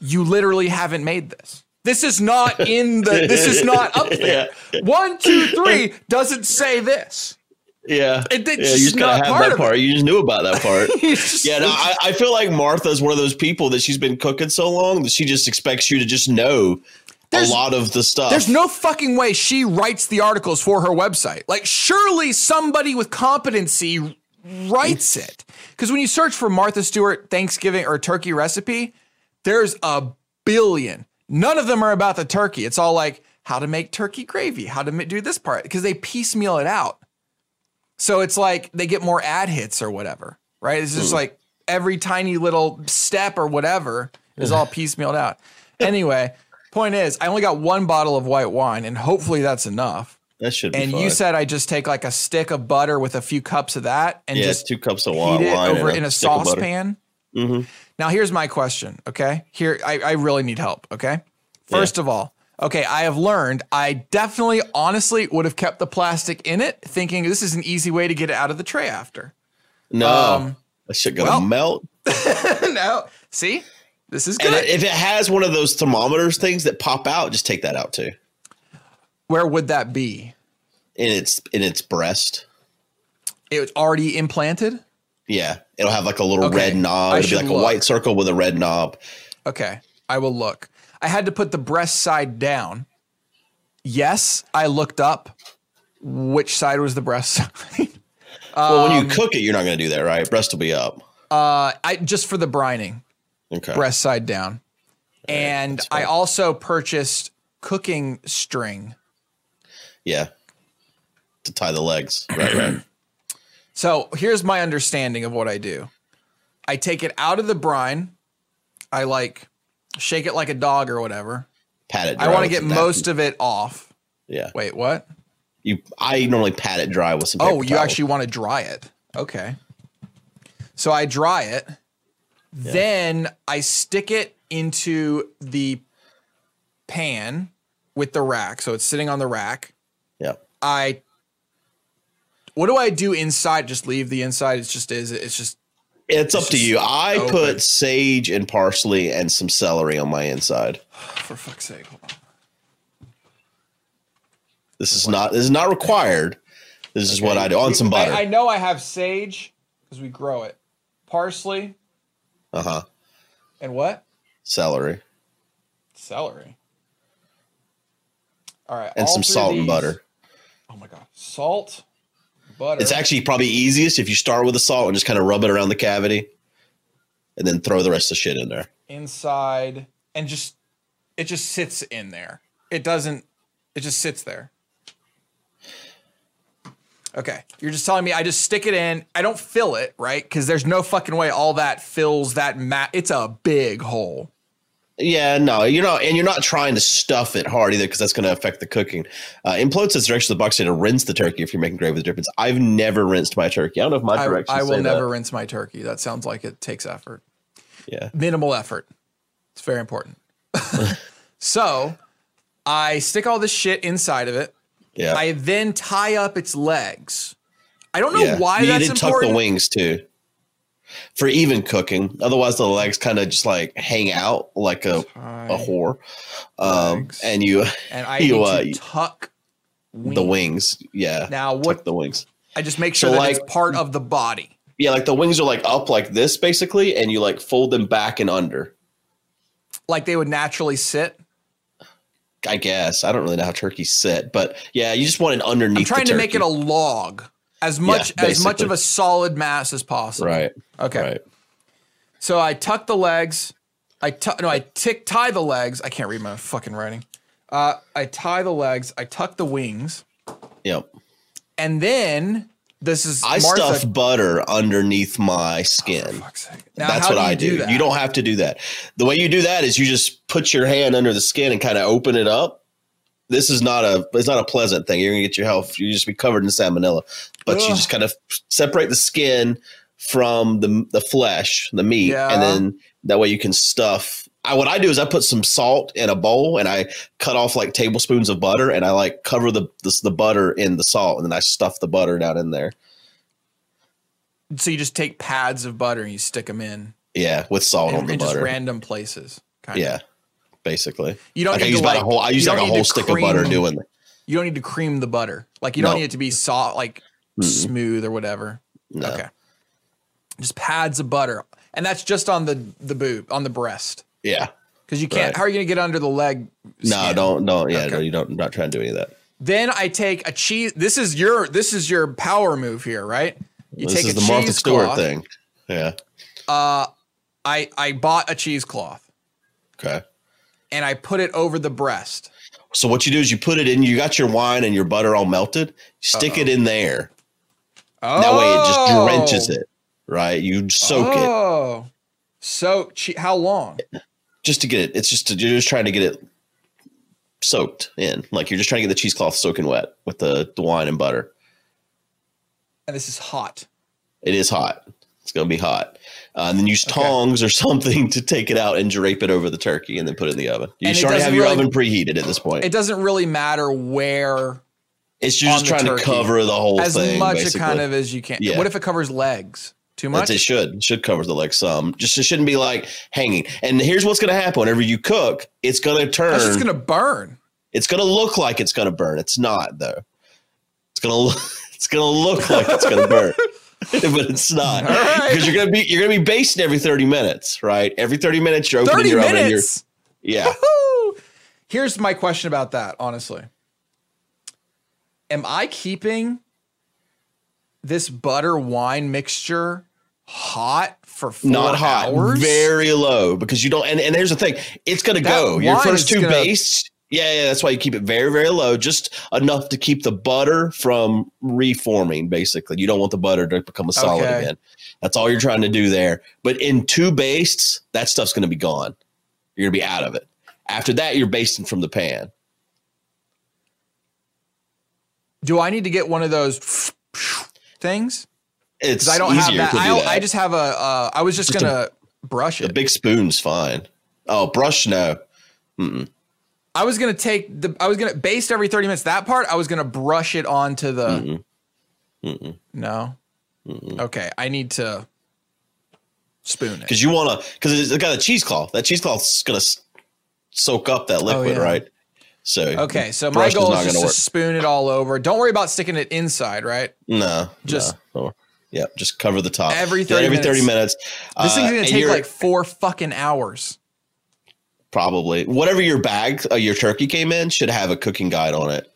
S1: you literally haven't made this. This is not in the. This is not up there. One, two, three doesn't say this.
S2: Yeah,
S1: It- it's
S2: yeah
S1: just
S2: you just gotta
S1: not
S2: have
S1: part
S2: that
S1: of it.
S2: part. You just knew about that part.
S1: It's just-
S2: yeah, no, I, I feel like Martha's one of those people that she's been cooking so long that she just expects you to just know
S1: There's-
S2: a lot of the stuff.
S1: There's no fucking way she writes the articles for her website. Like, surely somebody with competency writes it. Because when you search for Martha Stewart Thanksgiving or turkey recipe, there's a billion. None of them are about the turkey. It's all like how to make turkey gravy, how to ma- do this part, because they piecemeal it out. So it's like they get more ad hits or whatever, right? It's just like every tiny little step or whatever is all piecemealed out. Anyway, point is, I only got one bottle of white wine, and hopefully that's enough.
S2: that should be
S1: And
S2: fine.
S1: you said I just take like a stick of butter with a few cups of that and
S2: yeah,
S1: just
S2: two cups of
S1: heat
S2: wine,
S1: it
S2: wine
S1: over
S2: and
S1: in a
S2: stick of butter.
S1: saucepan.
S2: Mhm.
S1: Now here's my question. Okay, here I, I really need help. Okay, first of all, okay, I have learned I definitely, honestly, would have kept the plastic in it, thinking this is an easy way to get it out of the tray after.
S2: No,
S1: Um,
S2: that shit gonna
S1: well,
S2: melt.
S1: no, see, this is
S2: And
S1: good.
S2: if it has one of those thermometers things that pop out, just take that out too.
S1: Where would that be?
S2: In its in its breast,
S1: It was already implanted.
S2: yeah, it'll have like a little
S1: Okay,
S2: red knob.
S1: I
S2: It'll be
S1: should
S2: like
S1: look.
S2: a white circle with a red knob.
S1: Okay, I will look. I had to put the breast side down. Yes, I looked up which side was the breast side.
S2: well,
S1: Um,
S2: when you cook it, you're not gonna do that, right? Breast will be up.
S1: Uh, I just for the brining,
S2: Okay.
S1: breast side down. And I also purchased cooking string.
S2: Yeah. To tie the legs. Right, right.
S1: So here's my understanding of what I do. I take it out of the brine. I like shake it like a dog or whatever.
S2: pat it dry.
S1: I want to
S2: with
S1: get
S2: some-
S1: most of it off.
S2: Yeah.
S1: Wait, what?
S2: You I normally pat it dry with some
S1: Oh,
S2: paper
S1: you
S2: towel.
S1: actually want to dry it. Okay. So I dry it. Then I stick it into the pan with the rack. So it's sitting on the rack.
S2: Yeah.
S1: I what do I do inside? Just leave the inside. It's just is it's just
S2: It's up to
S1: just
S2: you. I
S1: open.
S2: put sage and parsley and some celery on my inside.
S1: for fuck's sake. Hold on.
S2: This is not this is not required. This is what I do on some butter.
S1: I, I know I have sage because we grow it. Parsley
S2: uh-huh.
S1: and what?
S2: Celery
S1: Celery. All right.
S2: and
S1: all
S2: some
S1: through
S2: salt and
S1: these-
S2: butter.
S1: Oh my god. Salt, butter.
S2: It's actually probably easiest if you start with the salt and just kind of rub it around the cavity and then throw the rest of the shit in there.
S1: inside and just it just sits in there. It doesn't it just sits there. Okay. You're just telling me I just stick it in. I don't fill it, right? Cuz there's no fucking way all that fills that mat. It's a big hole.
S2: Yeah, no, you're not, and you're not trying to stuff it hard either because that's going to affect the cooking. Uh, in Plote says direction of the box say to rinse the turkey if you're making gravy with drippings. I've never rinsed my turkey. I don't know if my
S1: I,
S2: directions
S1: I
S2: say
S1: will
S2: that.
S1: never rinse my turkey. That sounds like it takes effort.
S2: Yeah,
S1: minimal effort. It's very important. so I stick all this shit inside of it.
S2: yeah.
S1: I then tie up its legs. I don't know
S2: yeah.
S1: why
S2: you
S1: that's
S2: need to tuck
S1: important.
S2: the wings too for even cooking. Otherwise, the legs kind of just like hang out like a a whore. Um,
S1: legs.
S2: and you
S1: and I
S2: You,
S1: need
S2: uh,
S1: to tuck
S2: the wings, yeah.
S1: Now
S2: Tuck
S1: what-
S2: the wings?
S1: I just make sure
S2: So,
S1: that
S2: like-
S1: it's part of the body.
S2: Yeah, like the wings are like up like this basically, and you like fold them back and under.
S1: Like they would naturally sit.
S2: I guess I don't really know how turkeys sit, but yeah, you just want it underneath.
S1: I'm trying
S2: the
S1: to make it
S2: turkey.
S1: a log. As much as much
S2: basically.
S1: of a solid mass as possible.
S2: right.
S1: Okay.
S2: Right.
S1: So I tuck the legs. I tu- no, I tick tie the legs. I can't read my fucking writing. Uh, I tie the legs. I tuck the wings,
S2: Yep.
S1: and then this is
S2: I
S1: Martha.
S2: stuff butter underneath my skin.
S1: Fuck's sake. Now,
S2: That's
S1: how
S2: what
S1: do you
S2: I do.
S1: that?
S2: You don't have to do that. The way you do that is you just put your hand under the skin and kind of open it up. This is not a it's not a pleasant thing. You're gonna get your health. You just be covered in salmonella. But you
S1: Ugh.
S2: just kind of separate the skin from the the flesh, the meat,
S1: Yeah.
S2: and then that way you can stuff. I, what I do is I put some salt in a bowl and I cut off like tablespoons of butter and I like cover the this, the butter in the salt and then I stuff the butter down in there.
S1: So you just take pads of butter and you stick them in,
S2: Yeah, with salt
S1: in,
S2: on the
S1: in just
S2: butter.
S1: random places. Kind
S2: yeah, basically.
S1: You don't
S2: Like I
S1: need
S2: use
S1: to
S2: about
S1: like
S2: a whole. I use
S1: you
S2: like a
S1: don't need
S2: whole
S1: to
S2: stick
S1: cream-
S2: of butter Mm, doing that.
S1: You don't need to cream the butter. Like you don't
S2: No.
S1: need it to be soft, like smooth or whatever.
S2: No.
S1: Okay. Just pads of butter, and that's just on the the boob on the breast
S2: Yeah.
S1: because you can't.
S2: Right.
S1: How are you gonna get under the leg?
S2: No,
S1: skin?
S2: don't don't. Yeah,
S1: Okay.
S2: no, you don't. Not trying to do any of that.
S1: Then I take a cheese. This is your this is your power move here, right? You
S2: this is the Martha Stewart
S1: cheesecloth.
S2: thing. Yeah.
S1: Uh, I I bought a cheesecloth
S2: Okay.
S1: and I put it over the breast.
S2: So what you do is you put it in. You got your wine and your butter all melted. Stick it in there.
S1: Oh,
S2: That way it just drenches it. Right. You soak it
S1: Oh, so che- how long?
S2: just to get it. It's just you're just trying to get it soaked in. Like you're just trying to get the cheesecloth soaking wet with the, the wine and butter.
S1: And this is hot.
S2: It is hot. It's gonna be hot. Uh, and then use tongs or something to take it out and drape it over the turkey, and then put it in the oven. You
S1: And it
S2: should already
S1: doesn't
S2: have your
S1: really-
S2: oven preheated at this point.
S1: It doesn't really matter where,
S2: it's you're
S1: on
S2: just
S1: the
S2: trying
S1: turkey.
S2: to cover the whole
S1: as
S2: thing.
S1: much
S2: basically.
S1: kind of as you can.
S2: Yeah.
S1: What if it covers legs? Too much?
S2: That's it should It should cover the leg some. Just it shouldn't be like hanging. And here's what's gonna happen: whenever you cook, it's gonna turn.
S1: That's just gonna burn.
S2: It's gonna look like it's gonna burn. It's not though. It's gonna look. It's gonna look like it's gonna burn, but it's not
S1: All right.
S2: because you're gonna be you're gonna be basting every thirty minutes, right? Every thirty minutes you're opening
S1: Thirty
S2: your oven. And you're,
S1: minutes.
S2: yeah,
S1: Woo! Here's my question about that. Honestly, am I keeping this butter wine mixture hot for four
S2: not hot,
S1: hours?
S2: very low because you don't. And, and here's the thing: it's gonna
S1: That
S2: go. Your
S1: wine
S2: first
S1: is
S2: two
S1: gonna-
S2: bastes. Yeah, yeah, that's why you keep it very, very low, just enough to keep the butter from reforming. Basically, you don't want the butter to become a solid
S1: Okay.
S2: again. That's all you're trying to do there. But in two bastes, that stuff's going to be gone. You're going to be out of it. After that, you're basting from the pan.
S1: Do I need to get one of those things?
S2: It's
S1: Because I don't have
S2: easier
S1: that.
S2: to do
S1: I,
S2: that.
S1: I just have a. Uh, I was just,
S2: Just a-
S1: gonna brush
S2: the
S1: it.
S2: big spoon's fine. Oh, brush no.
S1: I was gonna take the. I was gonna baste every thirty minutes. That part I was gonna brush it onto the. No. Okay, I need to spoon it.
S2: because you want to because it's got a cheesecloth. That cheesecloth's gonna s- soak up that liquid,
S1: Oh, yeah.
S2: right? So
S1: Okay, so my
S2: brush
S1: goal is
S2: gonna
S1: just to spoon it all over. Don't worry about sticking it inside, right?
S2: no,
S1: just-
S2: just no. yeah, Oh, just cover the top
S1: Every
S2: Do that
S1: 30
S2: every thirty minutes.
S1: This
S2: Uh,
S1: thing's gonna
S2: and
S1: take
S2: you're-
S1: like four fucking hours.
S2: probably whatever your bag uh, your turkey came in should have a cooking guide on it.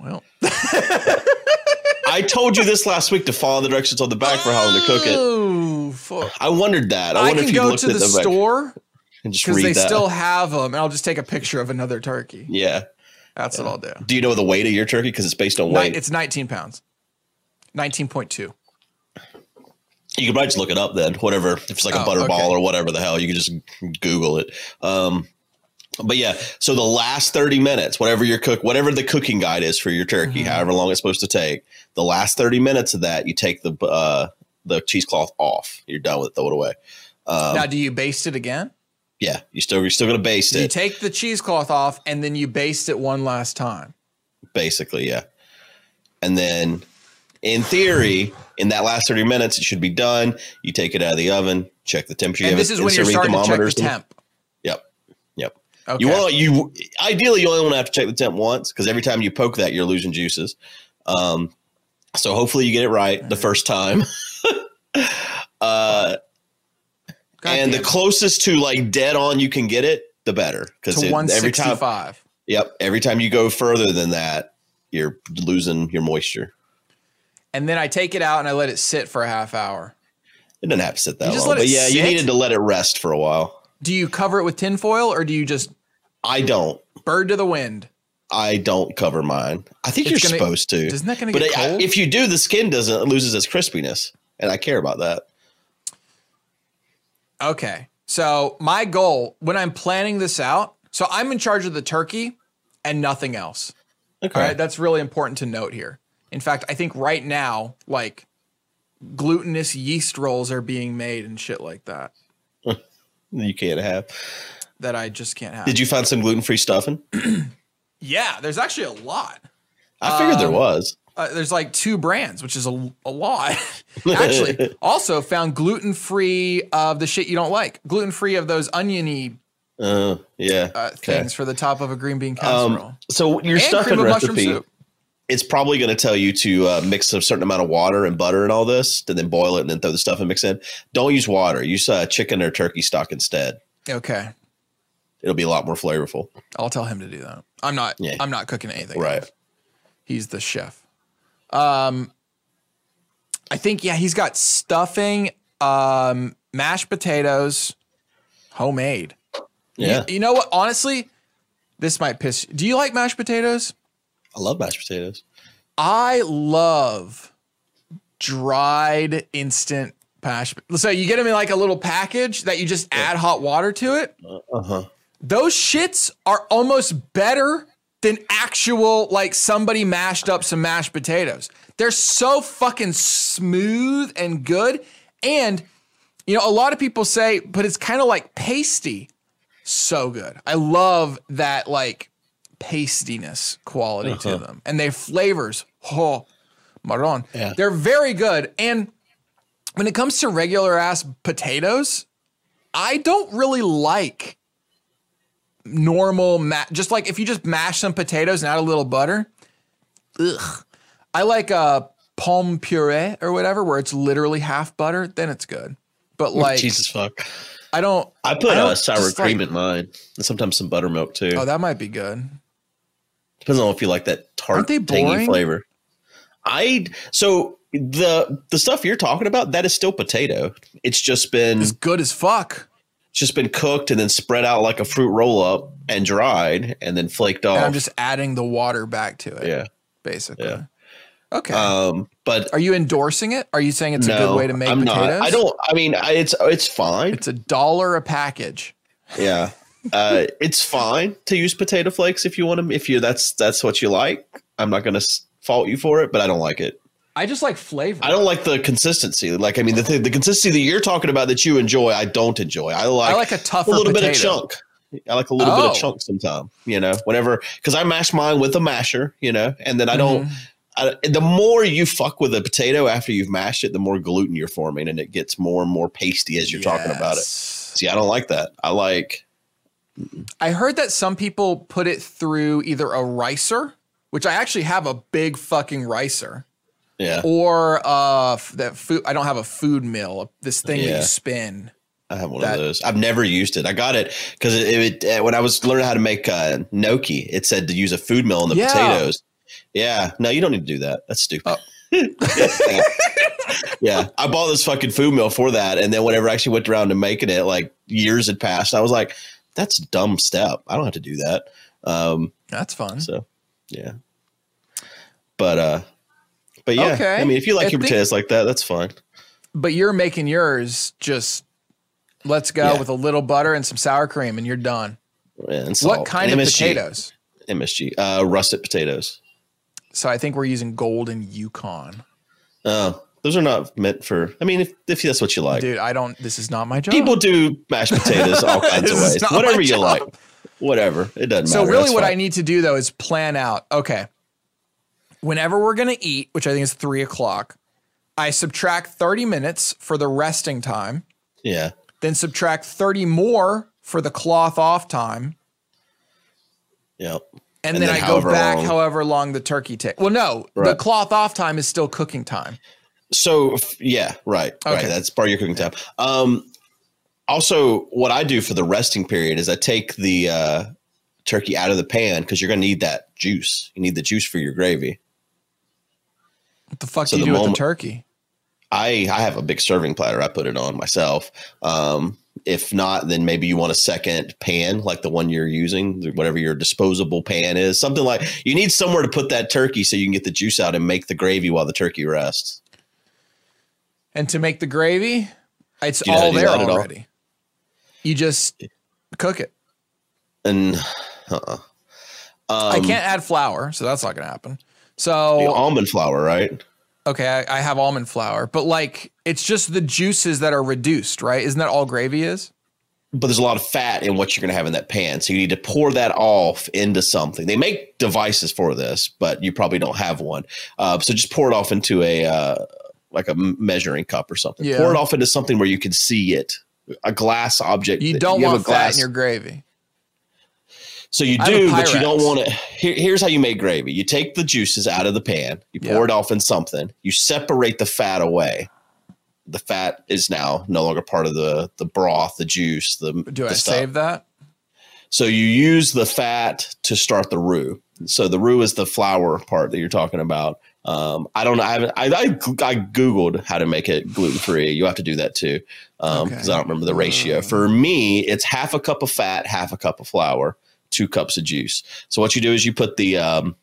S1: Well,
S2: I told you this last week to follow the directions on the back for how to cook it.
S1: Ooh, fuck.
S2: I wondered that. I,
S1: Oh, I,
S2: wonder if
S1: can
S2: you
S1: go
S2: looked
S1: to
S2: at
S1: the,
S2: the, back
S1: store
S2: and just
S1: because
S2: read
S1: they
S2: that.
S1: still have them, and I'll just take a picture of another turkey.
S2: yeah.
S1: That's what I'll do.
S2: Do you know the weight of your turkey? Because it's based on
S1: Ni-
S2: weight.
S1: it's 19 pounds, 19.2.
S2: You could probably just look it up then, whatever. If it's like
S1: Oh,
S2: a butterball
S1: okay.
S2: or whatever the hell, you can just Google it. Um, but yeah, so the last thirty minutes, whatever your cook, whatever the cooking guide is for your turkey,
S1: Mm-hmm.
S2: however long it's supposed to take, the last thirty minutes of that, you take the uh, the cheesecloth off. You're done with it. Throw it away. Um,
S1: now, do you baste it again?
S2: yeah, you still you're still gonna baste
S1: Do you
S2: it.
S1: take the cheesecloth off and then you baste it one last time?
S2: basically, yeah. And then, in theory, in that last thirty minutes, it should be done. You take it out of the oven, check the temperature.
S1: and
S2: You have
S1: this
S2: it
S1: is when you're
S2: insert
S1: starting to check the
S2: thermometers and-
S1: temp.
S2: Yep. Yep.
S1: Okay.
S2: You want you ideally you only want to have to check the temp once because every time you poke that you're losing juices. Um, so hopefully you get it right the first time. uh,
S1: God
S2: and the
S1: damn it.
S2: closest to like dead on you can get it, the better because
S1: to
S2: every time,
S1: 165.
S2: yep, every time you go further than that, you're losing your moisture.
S1: And then I take it out and I let it sit for a half hour.
S2: It doesn't have to sit
S1: You
S2: that
S1: just
S2: long,
S1: let
S2: but
S1: it
S2: yeah, you
S1: sit?
S2: needed to let it rest for a while.
S1: Do you cover it with tinfoil or do you just
S2: I don't.
S1: bird to the wind?
S2: I don't cover mine. I think
S1: It's
S2: you're
S1: gonna-
S2: supposed to.
S1: Isn't that going to
S2: But
S1: get
S2: I-
S1: cold?
S2: if you do, the skin doesn't it loses its crispiness, and I care about that.
S1: okay. So my goal when I'm planning this out, so I'm in charge of the turkey and nothing else.
S2: Okay.
S1: All right, that's really important to note here. In fact, I think right now, like glutinous yeast rolls are being made and shit like that
S2: You can't have.
S1: that I just can't have.
S2: Did you find some gluten free stuffing?
S1: yeah, there's actually a lot.
S2: I figured there was.
S1: uh, there's like two brands, which is a, a lot. Actually, also found gluten free of the shit you don't like, gluten free of those oniony
S2: Uh, yeah.
S1: uh,
S2: okay.
S1: things for the top of a green bean casserole.
S2: Um, so your
S1: and
S2: stuffing
S1: cream of mushroom
S2: recipe,
S1: soup.
S2: it's probably going to tell you to uh, mix a certain amount of water and butter and all this, and then boil it and then throw the stuff and mix in. Don't use water. Use uh, chicken or turkey stock instead.
S1: Okay,
S2: It'll be a lot more flavorful.
S1: I'll tell him to do that. I'm not.
S2: Yeah.
S1: I'm not cooking anything.
S2: Right.
S1: He's the chef. Um, I think yeah, he's got stuffing, um, mashed potatoes, homemade.
S2: Yeah.
S1: You know what? Honestly, this might piss. Do you like mashed potatoes?
S2: I love mashed potatoes.
S1: I love dried instant mashed. So you get them in like a little package that you just add hot water to it.
S2: Uh huh.
S1: Those shits are almost better than actual like somebody mashed up some mashed potatoes. They're so fucking smooth and good. And you know, a lot of people say, but it's kind of like pasty. So good. I love that like pastiness quality to them. And their flavors, oh, marron.
S2: Yeah.
S1: They're very good. And when it comes to regular ass potatoes, I don't really like normal ma- just like if you just mash some potatoes and add a little butter. Ugh. I like a palm puree or whatever where it's literally half butter, then it's good. But like
S2: Jesus fuck.
S1: I don't
S2: I put
S1: I
S2: uh,
S1: don't-
S2: sour
S1: just like-
S2: cream in mine, and sometimes some buttermilk too.
S1: Oh, that might be good.
S2: Depends on if you like that tart,
S1: Aren't they
S2: tangy
S1: boring?
S2: flavor. I so the the stuff you're talking about that is still potato. It's just been
S1: It's good as fuck.
S2: it's just been cooked and then spread out like a fruit roll up and dried and then flaked off.
S1: And I'm just adding the water back to it,
S2: yeah.
S1: basically.
S2: yeah.
S1: Okay.
S2: Um, but
S1: Are you endorsing it? Are you saying it's
S2: no,
S1: a good way to make
S2: I'm
S1: potatoes?
S2: not. I don't. I mean, I, it's it's fine.
S1: It's a dollar a package.
S2: yeah. Uh, it's fine to use potato flakes if you want them. If you that's that's what you like. I'm not gonna s- fault you for it, but I don't like it.
S1: I just like flavor.
S2: I don't like the consistency. Like, I mean, the thing, the consistency that you're talking about that you enjoy, I don't enjoy. I like,
S1: I like a tougher
S2: a little bit of
S1: potato.
S2: chunk. I like a little bit of
S1: Oh.
S2: chunk sometime, you know, whenever, because I mash mine with a masher, you know, and then I
S1: Mm-hmm.
S2: don't. I, the more you fuck with a potato after you've mashed it, the more gluten you're forming, and it gets more and more pasty as you're talking about it.
S1: Yes.
S2: See, I don't like that. I like,
S1: I heard that some people put it through either a ricer, which I actually have a big fucking ricer,
S2: yeah,
S1: or uh f- that food. I don't have a food mill. This thing that
S2: Yeah.
S1: you spin.
S2: I have one
S1: That-
S2: of those. I've never used it. I got it because it, it, uh when I was learning how to make uh, gnocchi, it said to use a food mill on the
S1: Yeah.
S2: potatoes. Yeah, no, you don't need to do that. That's stupid.
S1: Oh.
S2: yeah. I bought this fucking food mill for that, and then whenever I actually went around to making it, like years had passed, I was like, "That's a dumb step. I don't have to do that." Um,
S1: That's fun.
S2: so, yeah, but uh, but yeah,
S1: Okay.
S2: I mean, if you like
S1: I
S2: your
S1: think-
S2: potatoes like that, that's fine.
S1: But you're making yours just. Let's go
S2: Yeah.
S1: with a little butter and some sour cream, and you're done.
S2: And
S1: What
S2: salt.
S1: kind
S2: And
S1: of
S2: MSG.
S1: potatoes?
S2: MSG, uh, russet potatoes.
S1: So I think we're using golden Yukon.
S2: Oh, those are not meant for. I mean, if, if that's what you like,
S1: Dude, I don't. This is not my job.
S2: people do mashed potatoes all kinds of
S1: This is
S2: ways.
S1: not
S2: Whatever
S1: my
S2: you
S1: job.
S2: like, whatever it doesn't
S1: So
S2: matter.
S1: really what I need to do though is plan out, okay. Whenever we're gonna eat, which I think is three o'clock, I subtract 30 minutes for the resting time,
S2: I yeah
S1: then subtract 30 more for the cloth off time,
S2: yeah
S1: and,
S2: And
S1: then,
S2: then
S1: I go
S2: however
S1: back
S2: long-
S1: however long the turkey takes. Well, no, the
S2: Right.
S1: cloth off time is still cooking time.
S2: So f- yeah, right, right.
S1: Okay.
S2: That's part of your cooking time. Um, also, what I do for the resting period is I take the uh, turkey out of the pan because you're going to need that juice. You need the juice for your gravy.
S1: What the fuck
S2: So
S1: do you
S2: the
S1: do with
S2: moment-
S1: the turkey?
S2: I I have a big serving platter. I put it on myself. Um, if not, then maybe you want a second pan, like the one you're using, whatever your disposable pan is. Something like you need somewhere to put that turkey so you can get the juice out and make the gravy while the turkey rests.
S1: And to make the gravy, it's
S2: Do you know how
S1: all
S2: to do
S1: there
S2: that at all?
S1: already. You just cook it.
S2: And uh, Um,
S1: I can't add flour, so that's not gonna happen. So
S2: almond flour, right?
S1: Okay, I, I have almond flour, but like it's just the juices that are reduced, right? Isn't that all gravy is?
S2: but there's a lot of fat in what you're going to have in that pan. So you need to pour that off into something. They make devices for this, but you probably don't have one. Uh, so just pour it off into a uh, like a measuring cup or something.
S1: Yeah.
S2: Pour it off into something where you can see it, a glass object.
S1: You
S2: that-
S1: don't
S2: have
S1: want
S2: a
S1: fat
S2: glass.
S1: in your gravy.
S2: So you
S1: I have a
S2: do, but you
S1: Pyrex.
S2: don't want to. Here, here's how you make gravy: you take the juices out of the pan, you pour
S1: Yeah.
S2: it off in something, you separate the fat away. The fat is now no longer part of the the broth, the juice, the
S1: Do
S2: the
S1: I
S2: stuff.
S1: save that?
S2: So you use the fat to start the roux. So the roux is the flour part that you're talking about. Um, I don't know. I, haven't, I, I I googled how to make it gluten free. You have to do that too because
S1: Okay.
S2: I don't remember the ratio. For me, it's half a cup of fat, half a cup of flour, two cups of juice. So what you do is you put the um,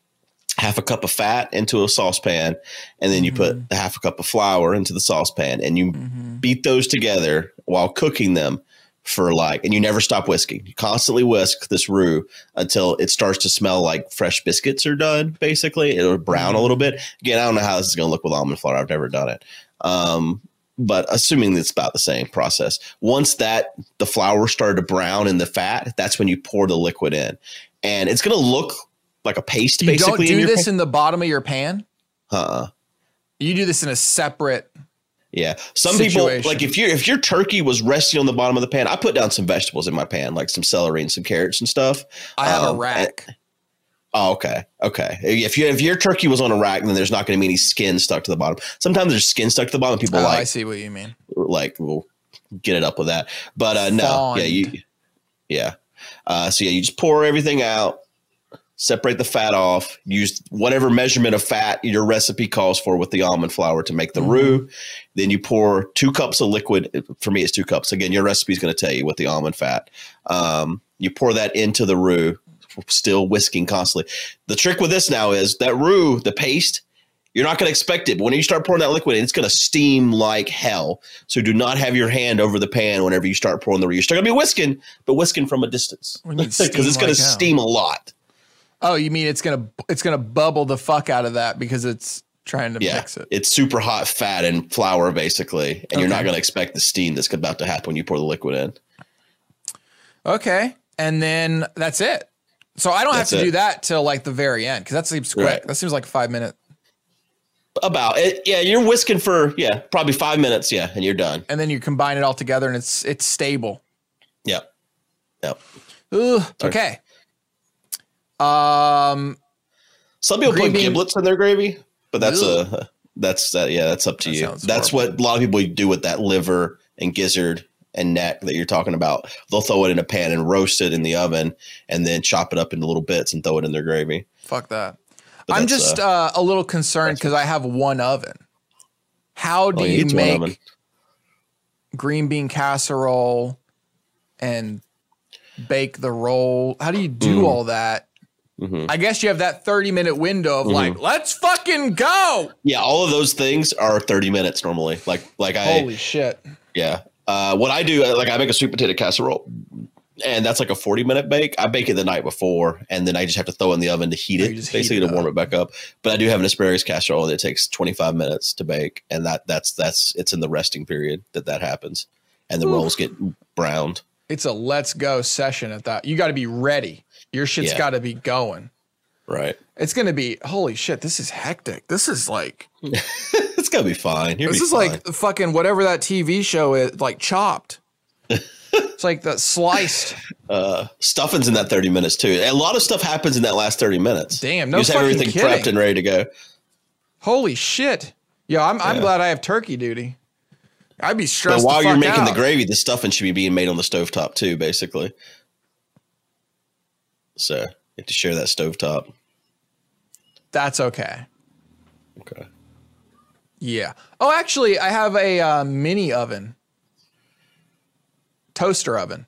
S2: half a cup of fat into a saucepan, and then you put the half a cup of flour into the saucepan, and you beat those together while cooking them for like, and you never stop whisking. You constantly whisk this roux until it starts to smell like fresh biscuits are done. Basically, it'll brown
S1: Mm-hmm.
S2: a little bit. Again, I don't know how this is going to look with almond flour. I've never done it, um, but assuming it's about the same process. Once that the flour started to brown in the fat, that's when you pour the liquid in, and it's going to look like a paste.
S1: You don't
S2: basically, in
S1: do
S2: your Uh-uh.
S1: this in the bottom of your pan.
S2: huh?
S1: You do this in a separate.
S2: Yeah. Some
S1: situation.
S2: people like if your if your turkey was resting on the bottom of the pan, I put down some vegetables in my pan, like some celery and some carrots and stuff.
S1: I have
S2: Um,
S1: a rack.
S2: Oh, okay. Okay. If you if your turkey was on a rack, then there's not gonna be any skin stuck to the bottom. Sometimes there's skin stuck to the bottom. People
S1: Oh, I
S2: like
S1: see what you mean.
S2: like will get it up with that. But uh no, yeah, you yeah. Uh so yeah, you just pour everything out, separate the fat off, use whatever measurement of fat your recipe calls for with the almond flour to make the
S1: Mhm.
S2: roux. Then you pour two cups of liquid. For me, it's two cups. Again, your recipe is going to tell you what the almond fat. Um, you pour that into the roux, still whisking constantly. The trick with this now is that roux, the paste, you're not going to expect it. But when you start pouring that liquid in, it's going to steam like hell. So do not have your hand over the pan whenever you start pouring the roux. You're still going to be whisking, but whisking from a distance
S1: What do you mean
S2: because it's
S1: steam
S2: going
S1: like
S2: to
S1: hell?
S2: steam a lot.
S1: Oh, you mean it's gonna it's gonna bubble the fuck out of that because it's trying to
S2: Yeah,
S1: mix it.
S2: it's super hot fat and flour basically, and
S1: Okay.
S2: you're not going to expect the steam that's about to happen when you pour the liquid in.
S1: Okay, and then that's it. So I don't
S2: That's
S1: have to
S2: it.
S1: do that till like the very end because that seems quick.
S2: Right.
S1: That seems like five minute,
S2: About it, yeah, you're whisking for yeah, probably five minutes, yeah, and you're done.
S1: and then you combine it all together and it's it's stable.
S2: Yep, yep.
S1: Ooh, okay. Um,
S2: Some people
S1: Green
S2: put
S1: bean-
S2: giblets in their gravy, but that's
S1: Ooh.
S2: a that's that yeah, that's up to
S1: That
S2: you.
S1: sounds
S2: That's what a lot of people do with that liver and gizzard and neck that you're talking about. They'll throw it in a pan and roast it in the oven, and then chop it up into little bits and throw it in their gravy.
S1: fuck that.
S2: But
S1: I'm
S2: that's,
S1: just
S2: uh,
S1: uh, a little concerned because I have one oven. How do
S2: well,
S1: you
S2: each Oh, one of 'em.
S1: make green bean casserole and bake the roll? How do you do
S2: Mhm.
S1: all that?
S2: Mhm.
S1: I guess you have that 30 minute window
S2: Mm-hmm.
S1: of like, let's fucking go.
S2: Yeah, all of those things are 30 minutes normally. Like like I
S1: Holy shit.
S2: yeah. Uh, what I do uh, like I make a sweet potato casserole and that's like a 40 minute bake. I bake it the night before and then I just have to throw it in the oven to heat
S1: Oh,
S2: it
S1: you just heat
S2: basically
S1: it
S2: to warm it back up. But I do have an asparagus casserole that takes 25 minutes to bake and that that's that's it's in the resting period that that happens and the
S1: Oof.
S2: rolls get browned.
S1: It's a let's go session at that. You got to be ready. Your shit's
S2: Yeah.
S1: got to be going.
S2: Right.
S1: It's going to be, holy shit, this is hectic. This is like,
S2: it's going to be fine. You'll
S1: this
S2: be
S1: is
S2: fine.
S1: like the fucking whatever that TV show is, like chopped. it's like that sliced.
S2: uh stuffing's in that 30 minutes too. And a lot of stuff happens in that last 30 minutes.
S1: Damn, no
S2: you just have
S1: fucking
S2: everything
S1: kidding.
S2: prepped and ready to go.
S1: Holy shit. Yeah, I'm, I'm
S2: Yeah.
S1: glad I have turkey duty. I'd be stressed.
S2: But
S1: the
S2: while you're
S1: fuck
S2: making the
S1: out.
S2: gravy, the stuffing should be being made on the stovetop too, basically. So you have to share that stovetop.
S1: that's okay.
S2: Okay.
S1: Yeah. Oh, actually, I have a uh, mini oven, toaster oven.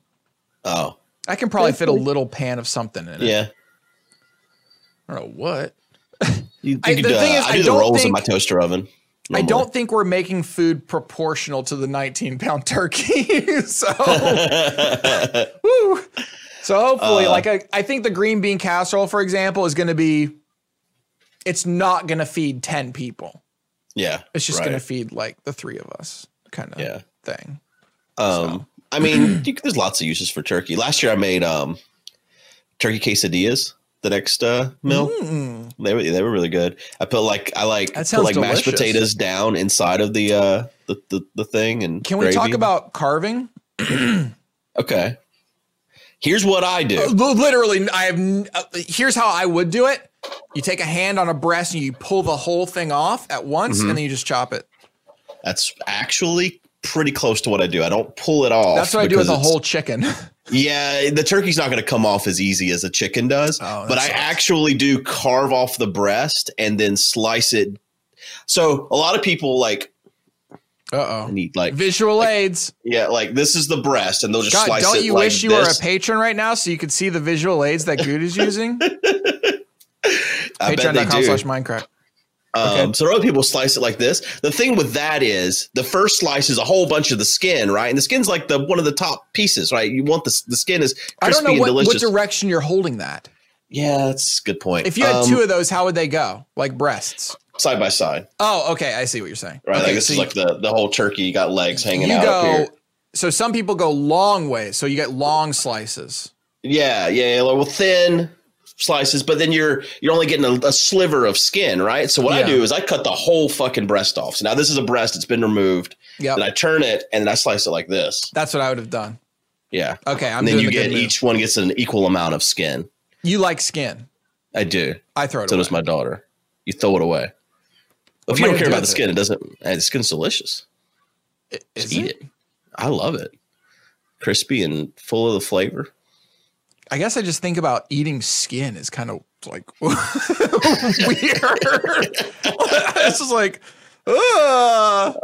S2: Oh,
S1: I can probably fit a little pan of something in it.
S2: yeah.
S1: I don't know what.
S2: You, you
S1: I-
S2: could,
S1: the
S2: uh,
S1: thing is,
S2: I
S1: I
S2: do the
S1: don't
S2: rolls in
S1: think-
S2: my toaster oven.
S1: I
S2: normally.
S1: don't think we're making food proportional to the 19 pound turkey. so, woo. so hopefully,
S2: Uh,
S1: like I, I think the green bean casserole, for example, is going to be. It's not going to feed 10 people.
S2: Yeah.
S1: It's just
S2: right.
S1: going to feed like the three of us, kind of
S2: Yeah.
S1: thing.
S2: Um, I mean, you, there's lots of uses for turkey. Last year I made um, turkey quesadillas. The next uh, meal,
S1: Mm.
S2: they were they were really good. I put like I like
S1: That
S2: put
S1: sounds
S2: like mashed
S1: delicious.
S2: potatoes down inside of the uh the, the, the thing and
S1: Can we
S2: gravy.
S1: talk about carving?
S2: Okay, here's what I do.
S1: Uh, li- Literally, I have. n- Uh, here's how I would do it: you take a hand on a breast and you pull the whole thing off at once,
S2: Mm-hmm.
S1: and then you just chop it.
S2: That's actually pretty close to what I do. I don't pull it off.
S1: That's what I do with a
S2: because
S1: whole chicken.
S2: it's- Yeah, the turkey's not going to come off as easy as a chicken does.
S1: Oh, that
S2: but I
S1: sucks.
S2: actually do carve off the breast and then slice it. So a lot of people like
S1: Uh oh.
S2: need like
S1: Visual aids.
S2: yeah, like this is the breast, and they'll just
S1: God,
S2: slice
S1: don't
S2: it
S1: you
S2: like
S1: wish you
S2: this.
S1: were a patron right now so you could see the visual aids that Good is using?
S2: I bet they
S1: Patreon.com
S2: do.
S1: slash Minecraft.
S2: Um,
S1: Okay.
S2: So other people slice it like this. The thing with that is the first slice is a whole bunch of the skin, right? And the skin's like the one of the top pieces, right? You want the the skin is crispy
S1: I don't know
S2: and
S1: what, what
S2: delicious.
S1: direction you're holding that.
S2: yeah, that's a good point.
S1: If you had
S2: Um,
S1: two of those, how would they go? Like breasts.
S2: side by side,
S1: Oh, okay. I see what you're saying.
S2: right?
S1: Okay,
S2: like this
S1: so
S2: is
S1: you-
S2: like the the whole turkey. You got legs hanging
S1: you
S2: out up
S1: go.
S2: here.
S1: So some people go long ways, so you get long slices.
S2: Yeah, yeah, yeah. like, Well, thin slices, but then you're you're only getting a, a sliver of skin, right? So what
S1: Yeah.
S2: I do is I cut the whole fucking breast off. So now this is a breast; it's been removed.
S1: Yep.
S2: And I turn it and then I slice it like this.
S1: That's what I would have done.
S2: Yeah,
S1: Okay, I'm
S2: and then
S1: doing
S2: you
S1: the good
S2: get
S1: move.
S2: each one gets an equal amount of skin.
S1: You like skin?
S2: I do.
S1: I throw it
S2: So
S1: away.
S2: does my daughter. You throw it away.
S1: What am
S2: If
S1: I
S2: you don't
S1: gonna
S2: care
S1: do
S2: about
S1: with
S2: the
S1: it?
S2: skin, it doesn't. eh, The skin's delicious.
S1: I-
S2: Just
S1: is
S2: eat
S1: it?
S2: it. I love it. Crispy and full of the flavor.
S1: I guess I just think about eating skin is kind of like weird. this is like, ugh.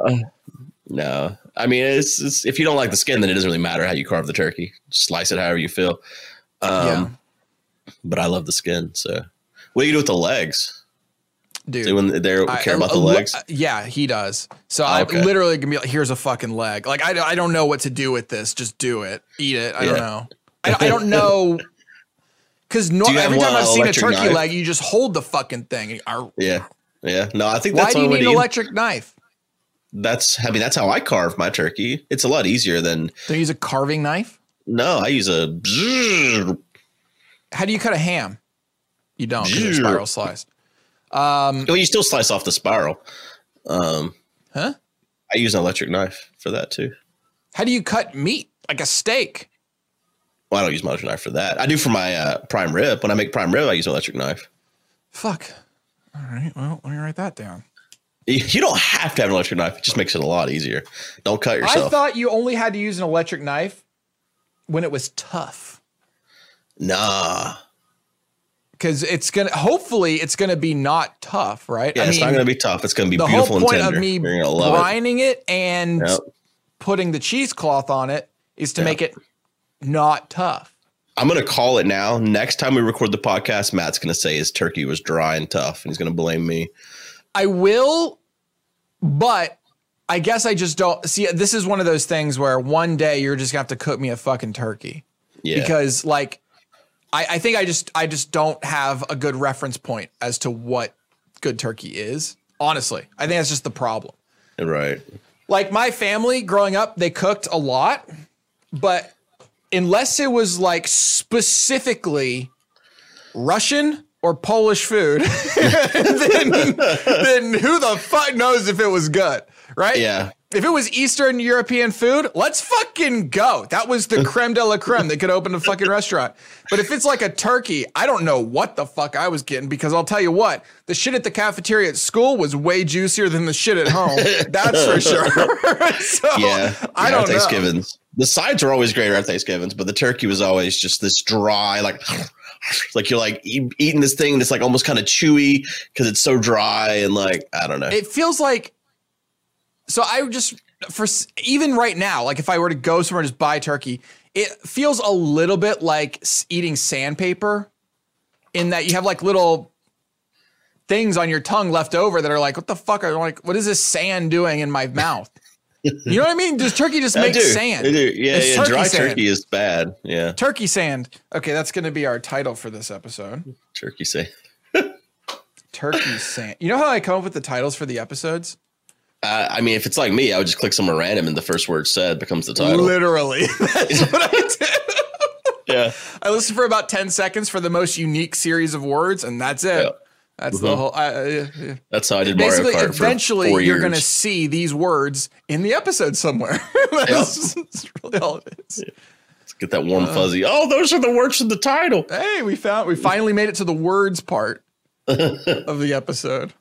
S2: No, I mean it's, it's if you don't like the skin, then it doesn't really matter how you carve the turkey. Slice it however you feel. Um,
S1: Yeah.
S2: But I love the skin. So, what do you do with the legs?
S1: dude.
S2: Do when they
S1: I-
S2: care about
S1: a- a
S2: the
S1: le-
S2: legs?
S1: yeah, he does. So
S2: Oh,
S1: I'm
S2: okay.
S1: literally gonna be like, "Here's a fucking leg." Like I, I don't know what to do with this. Just do it. Eat it. I don't
S2: Yeah.
S1: know. I, I don't know. Because no,
S2: Do you have
S1: every
S2: one uh,
S1: time I've seen a
S2: electric
S1: turkey
S2: knife?
S1: leg, you just hold the fucking thing. and you- Arr.
S2: Yeah, yeah. No, I think
S1: Why
S2: that's
S1: do you
S2: one way
S1: need
S2: to
S1: an
S2: eat.
S1: electric knife?
S2: that's I mean that's how I carve my turkey. It's a lot easier than
S1: Don't you use a carving knife.
S2: no. I use a
S1: How do you cut a ham? You don't. 'cause It's spiral sliced. Um,
S2: Well, you still slice off the spiral. Um,
S1: Huh?
S2: I use an electric knife for that too.
S1: how do you cut meat like a steak?
S2: Well, I don't use my electric knife for that. I do for my uh, prime rib. When I make prime rib, I use an electric knife.
S1: Fuck. All right. Well, let me write that down.
S2: You you don't have to have an electric knife. It just makes it a lot easier. Don't cut yourself.
S1: I thought you only had to use an electric knife when it was tough.
S2: nah.
S1: Because it's gonna hopefully it's gonna be not tough, right?
S2: Yeah,
S1: I
S2: it's
S1: mean,
S2: not going to be tough. It's going to be
S1: the whole
S2: beautiful and
S1: point
S2: tender.
S1: of me
S2: You're going to love it.
S1: grinding it, and
S2: Yep.
S1: putting the cheesecloth on it is to
S2: Yeah.
S1: make it not tough.
S2: I'm going to call it now. Next time we record the podcast, Matt's going to say his turkey was dry and tough, and he's going to blame me.
S1: I will, but I guess I just don't see this is one of those things where one day you're just gonna have to cook me a fucking turkey.
S2: Yeah.
S1: because like I, I think I just I just don't have a good reference point as to what good turkey is. Honestly, I think that's just the problem.
S2: right.
S1: Like my family growing up, they cooked a lot, but unless it was like specifically Russian or Polish food, then, then who the fuck knows if it was good, right?
S2: Yeah.
S1: If it was Eastern European food, let's fucking go. That was the creme de la creme that could open a fucking restaurant. But if it's like a turkey, I don't know what the fuck I was getting because I'll tell you what, the shit at the cafeteria at school was way juicier than the shit at home. That's for sure. so
S2: Yeah.
S1: I
S2: Yeah,
S1: don't know.
S2: Thanksgivings. The sides were always great at Thanksgivings, but the turkey was always just this dry, like, like you're like e- eating this thing that's like almost kind of chewy because it's so dry and like, I don't know.
S1: It feels like so I would just for s- even right now, like if I were to go somewhere and just buy turkey, it feels a little bit like s- eating sandpaper in that you have like little things on your tongue left over that are like, what the fuck are like, what is this sand doing in my mouth? you know what I mean? Does turkey just
S2: I
S1: make
S2: do.
S1: sand?
S2: I do. Yeah,
S1: It's
S2: yeah.
S1: turkey
S2: dry
S1: sand.
S2: turkey is bad. Yeah.
S1: Turkey sand. Okay, that's going to be our title for this episode.
S2: Turkey sand.
S1: Turkey sand. You know how I come up with the titles for the episodes?
S2: Uh, I mean, if it's like me, I would just click somewhere random, and the first word said becomes the title.
S1: Literally, that's what I did.
S2: Yeah,
S1: I listened for about ten seconds for the most unique series of words, and that's it.
S2: Yeah.
S1: That's the
S2: Mhm.
S1: whole. I, I, yeah.
S2: that's how I did Mario
S1: Basically,
S2: Kart.
S1: eventually,
S2: for four
S1: you're
S2: years.
S1: going to see these words in the episode somewhere. that's, that's really all it is.
S2: get that warm
S1: uh,
S2: fuzzy. Oh, those are the words in the title.
S1: Hey, we found we finally made it to the words part of the episode.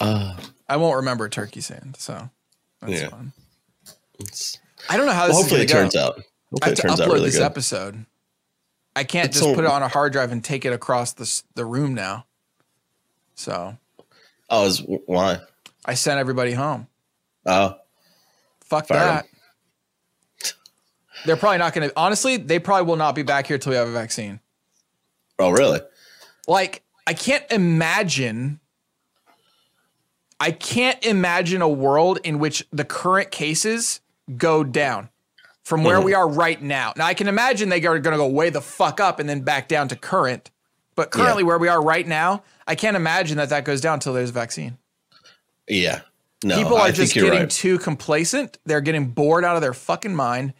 S2: Uh,
S1: I won't remember turkey sand, so that's
S2: Yeah.
S1: fun.
S2: it's-
S1: I don't know how this
S2: well, hopefully, it
S1: is gonna
S2: turns
S1: go. I
S2: out. Hopefully,
S1: have
S2: it
S1: to
S2: turns
S1: upload
S2: out really
S1: this
S2: good.
S1: episode. I can't
S2: It's
S1: just
S2: all-
S1: put it on a hard drive and take it across the s- the room now. So
S2: Oh, is why?
S1: I sent everybody home.
S2: Oh,
S1: Fuck
S2: Fire 'em.
S1: that. They're probably not going to. Honestly, they probably will not be back here till we have a vaccine.
S2: oh, really?
S1: like I can't imagine I can't imagine a world in which the current cases go down from where we are right now. Now I can imagine they are going to go way the fuck up and then back down to current. But currently where we are right now, I can't imagine that that goes down until there's a vaccine.
S2: Yeah. No,
S1: People
S2: I
S1: are
S2: think
S1: just
S2: you're
S1: getting
S2: right.
S1: too complacent. They're getting bored out of their fucking mind.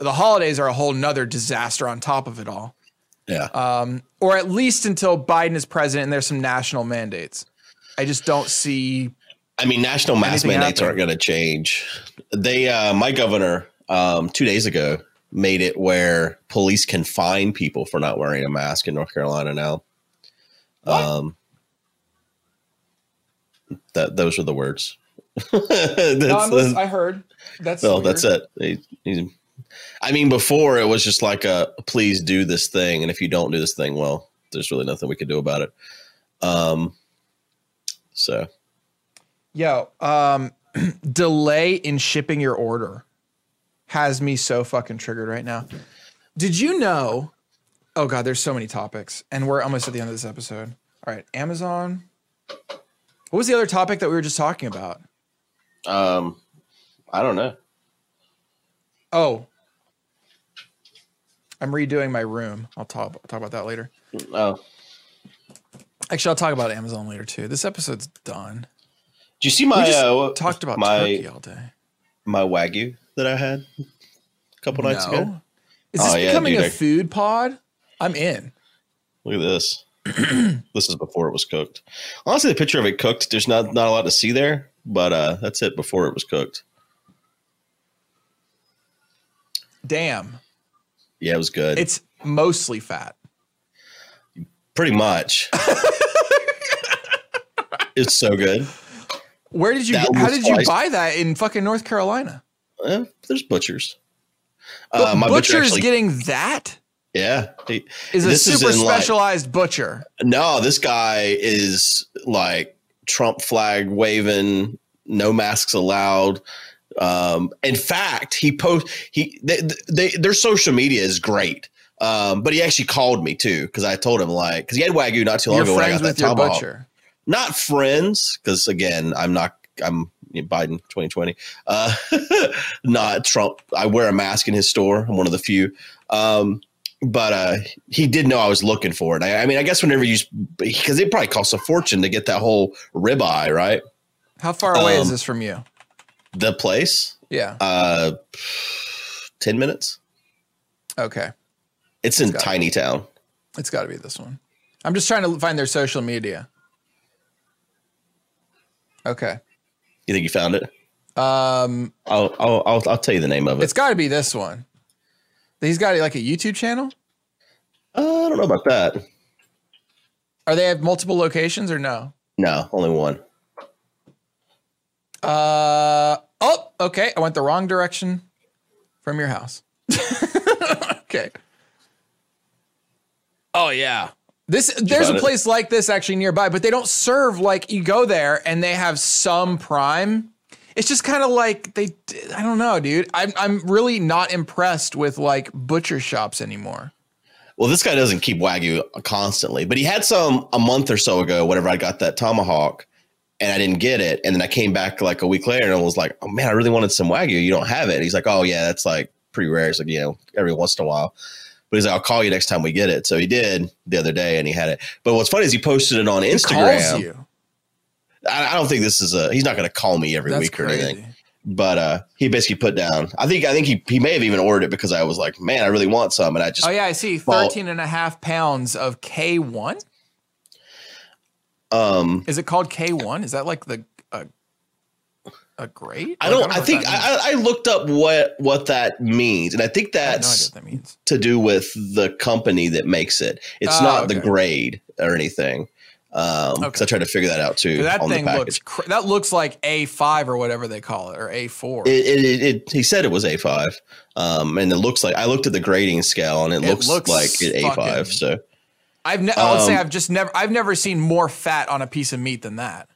S1: The holidays are a whole nother disaster on top of it all Um,
S2: yeah.
S1: or at least until Biden is president and there's some national mandates. I just don't see.
S2: I mean, national mask
S1: Anything
S2: mandates
S1: happen?
S2: aren't going to change. They, uh, my governor, um, two days ago, made it where police can fine people for not wearing a mask in North Carolina now.
S1: What?
S2: Um, that those are the words. that's, that's-
S1: Um, I heard. That's
S2: no, that's it. He- he's- I mean, before it was just like a please do this thing, and if you don't do this thing, well, there's really nothing we can do about it. Um, so
S1: Yo, um, delay in shipping your order has me so fucking triggered right now. Did you know? Oh god, there's so many topics, and we're almost at the end of this episode. All right, Amazon. What was the other topic that we were just talking about?
S2: Um, I don't know.
S1: Oh, I'm redoing my room. I'll talk talk about that later.
S2: Oh, did
S1: Actually, I'll talk about Amazon later too. This episode's done.
S2: you see
S1: We
S2: my
S1: just
S2: uh, what-
S1: talked about
S2: my
S1: turkey all day.
S2: my wagyu that I had a couple nights ago?
S1: No. Is this
S2: Oh, yeah,
S1: becoming
S2: dude,
S1: a
S2: I-
S1: food pod? I'm in.
S2: Look at this. this is before it was cooked. Honestly, the picture of it cooked. There's not not a lot to see there, but uh, that's it before it was cooked.
S1: Damn.
S2: Yeah, it was good.
S1: It's mostly fat.
S2: pretty much. it's so good.
S1: Where did you
S2: That
S1: get- how
S2: was
S1: did you
S2: sliced.
S1: buy that in fucking North Carolina?
S2: Eh, there's butchers.
S1: But
S2: Uh, my
S1: butcher's
S2: butcher actually,
S1: getting that
S2: yeah. he-
S1: is a
S2: This is
S1: super
S2: in, like-
S1: specialized butcher.
S2: No, this guy is like Trump flag waving, no masks allowed. Um, in fact, he post he they, they their social media is great. Um, but he actually called me too because I told him like because he had wagyu not too long
S1: You're
S2: ago when I got
S1: friends
S2: that
S1: with your
S2: tomahawk.
S1: butcher.
S2: Not friends because again, I'm not. I'm you know, Biden 2020. Uh, not Trump. I wear a mask in his store. I'm one of the few. Um, but uh, he did know I was looking for it. I, I mean, I guess whenever you, because it probably costs a fortune to get that whole ribeye, right?
S1: How far away is
S2: Um,
S1: this from you?
S2: The place,
S1: Yeah.
S2: uh, 10 minutes.
S1: Okay.
S2: It's in
S1: Got it.
S2: Tiny Town.
S1: It's got to be this one. I'm just trying to find their social media. Okay.
S2: You think you found it?
S1: Um
S2: I'll, I'll, I'll, I'll tell you the name of
S1: It's
S2: it.
S1: got to be this one. He's got like a YouTube channel.
S2: Uh, I don't know about that.
S1: Are they have multiple locations or no?
S2: No, only one.
S1: Uh oh, okay. I went the wrong direction from your house. okay. Oh yeah. This there's
S2: found
S1: a
S2: it?
S1: place like this actually nearby, but they don't serve like you go there and they have some prime. It's just kind of like they I don't know, dude. I'm I'm really not impressed with like butcher shops anymore.
S2: Well, this guy doesn't keep wagyu constantly, but he had some a month or so ago. Whenever I got that tomahawk, and I didn't get it, and then I came back like a week later and was like, "Oh man, I really wanted some wagyu. You don't have it." And he's like, "Oh yeah, that's like pretty rare. It's like you know every once in a while." But he's like, "I'll call you next time we get it." So he did the other day, and he had it. But what's funny is he posted it on
S1: Calls
S2: Instagram.
S1: you.
S2: I, I don't think this is a. He's not going to call me every
S1: That's
S2: week or
S1: crazy.
S2: anything. But uh, he basically put down. I think. I think he, he may have even ordered it because I was like, man, I really want some, and I just
S1: Oh yeah, I see.
S2: Well-
S1: 13 and a half pounds of K1.
S2: um.
S1: Is it called K1? Is that like the a, a grade?
S2: I don't.
S1: know
S2: I
S1: what
S2: think
S1: that means.
S2: I, I I looked up what what that means, and I think
S1: I have no idea
S2: that's
S1: what that means.
S2: to do with the company that makes it. It's
S1: Oh,
S2: not the
S1: okay.
S2: grade or anything. Um, 'cause
S1: Okay.
S2: I tried to figure that out too.
S1: That
S2: on
S1: thing
S2: the package.
S1: looks cr- that looks like A5 or whatever they call it or A4.
S2: It, it, it, it he said it was A5, um, and it looks like I looked at the grading scale and it,
S1: It
S2: looks,
S1: looks
S2: like it A5.
S1: fucking-
S2: So
S1: I've ne- I'll say
S2: um,
S1: I've just never I've never seen more fat on a piece of meat than that.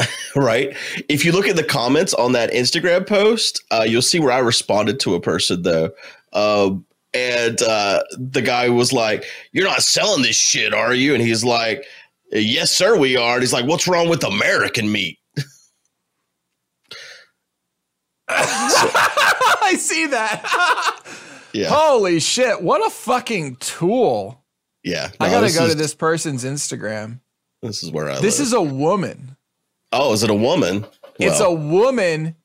S2: right, if you look at the comments on that Instagram post, uh, you'll see where I responded to a person though, um, and uh, the guy was like, "You're not selling this shit, are you?" And he's like, "Yes, sir, we are." And he's like, "What's wrong with American meat?"
S1: I see that.
S2: Yeah,
S1: Holy shit! What a fucking tool.
S2: yeah.
S1: I
S2: No,
S1: gotta
S2: this
S1: go
S2: is,
S1: to this person's Instagram.
S2: This is where I.
S1: This
S2: live.
S1: is a woman.
S2: Oh, is it a woman?
S1: It's a woman.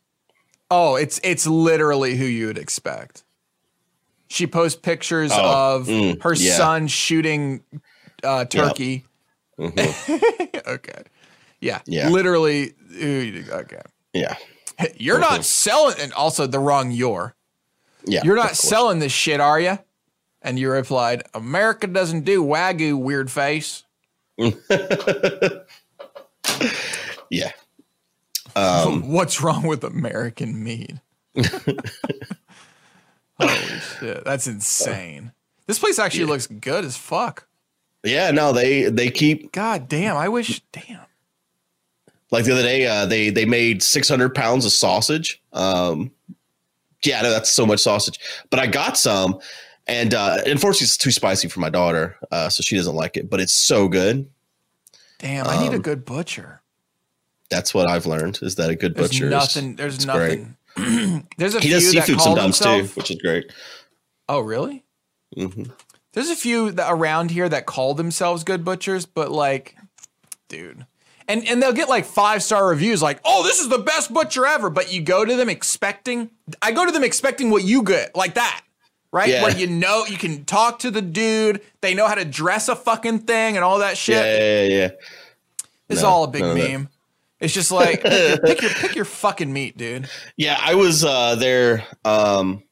S1: Oh, it's it's literally who you would expect. She posts pictures
S2: Oh,
S1: of
S2: mm,
S1: her
S2: yeah.
S1: son shooting uh, turkey.
S2: a. hmm
S1: okay, yeah,
S2: Yeah.
S1: literally. who you'd- Okay,
S2: Yeah.
S1: you're
S2: Mm-hmm.
S1: not selling, and also the wrong "you're."
S2: Yeah.
S1: You're
S2: of
S1: not
S2: course.
S1: selling this shit, are you? And you replied, "America doesn't do wagyu, weird face."
S2: Yeah. Um,
S1: What's wrong with American meat? Holy shit, that's insane. This place actually looks good as fuck.
S2: yeah, no, they they keep
S1: God damn, I wish. Damn.
S2: like the other day uh, they they made 600 pounds of sausage. Um, yeah, no, that's so much sausage. But I got some, and uh, unfortunately, it's too spicy for my daughter, uh, so she doesn't like it. But it's so good.
S1: Damn, I need a
S2: Um,
S1: good butcher.
S2: That's what I've learned is that a good
S1: There's
S2: butcher. is-
S1: nothing. There's
S2: it's great.
S1: nothing. there's a
S2: He
S1: few
S2: does
S1: that
S2: seafood
S1: call
S2: sometimes
S1: themselves.
S2: too, which is great.
S1: Oh, really?
S2: hmm
S1: There's a few that around here that call themselves good butchers, but like, dude. And, and they'll get like five star reviews like, oh, this is the best butcher ever. But you go to them expecting, I go to them expecting what you get, like that, right?
S2: Yeah.
S1: Where you know, you can talk to the dude, they know how to dress a fucking thing and all that shit.
S2: Yeah, yeah, yeah, yeah.
S1: It's
S2: No,
S1: all a big
S2: none of that.
S1: meme. It's just like pick your, pick your pick your fucking meat, dude.
S2: Yeah, I was uh, there um,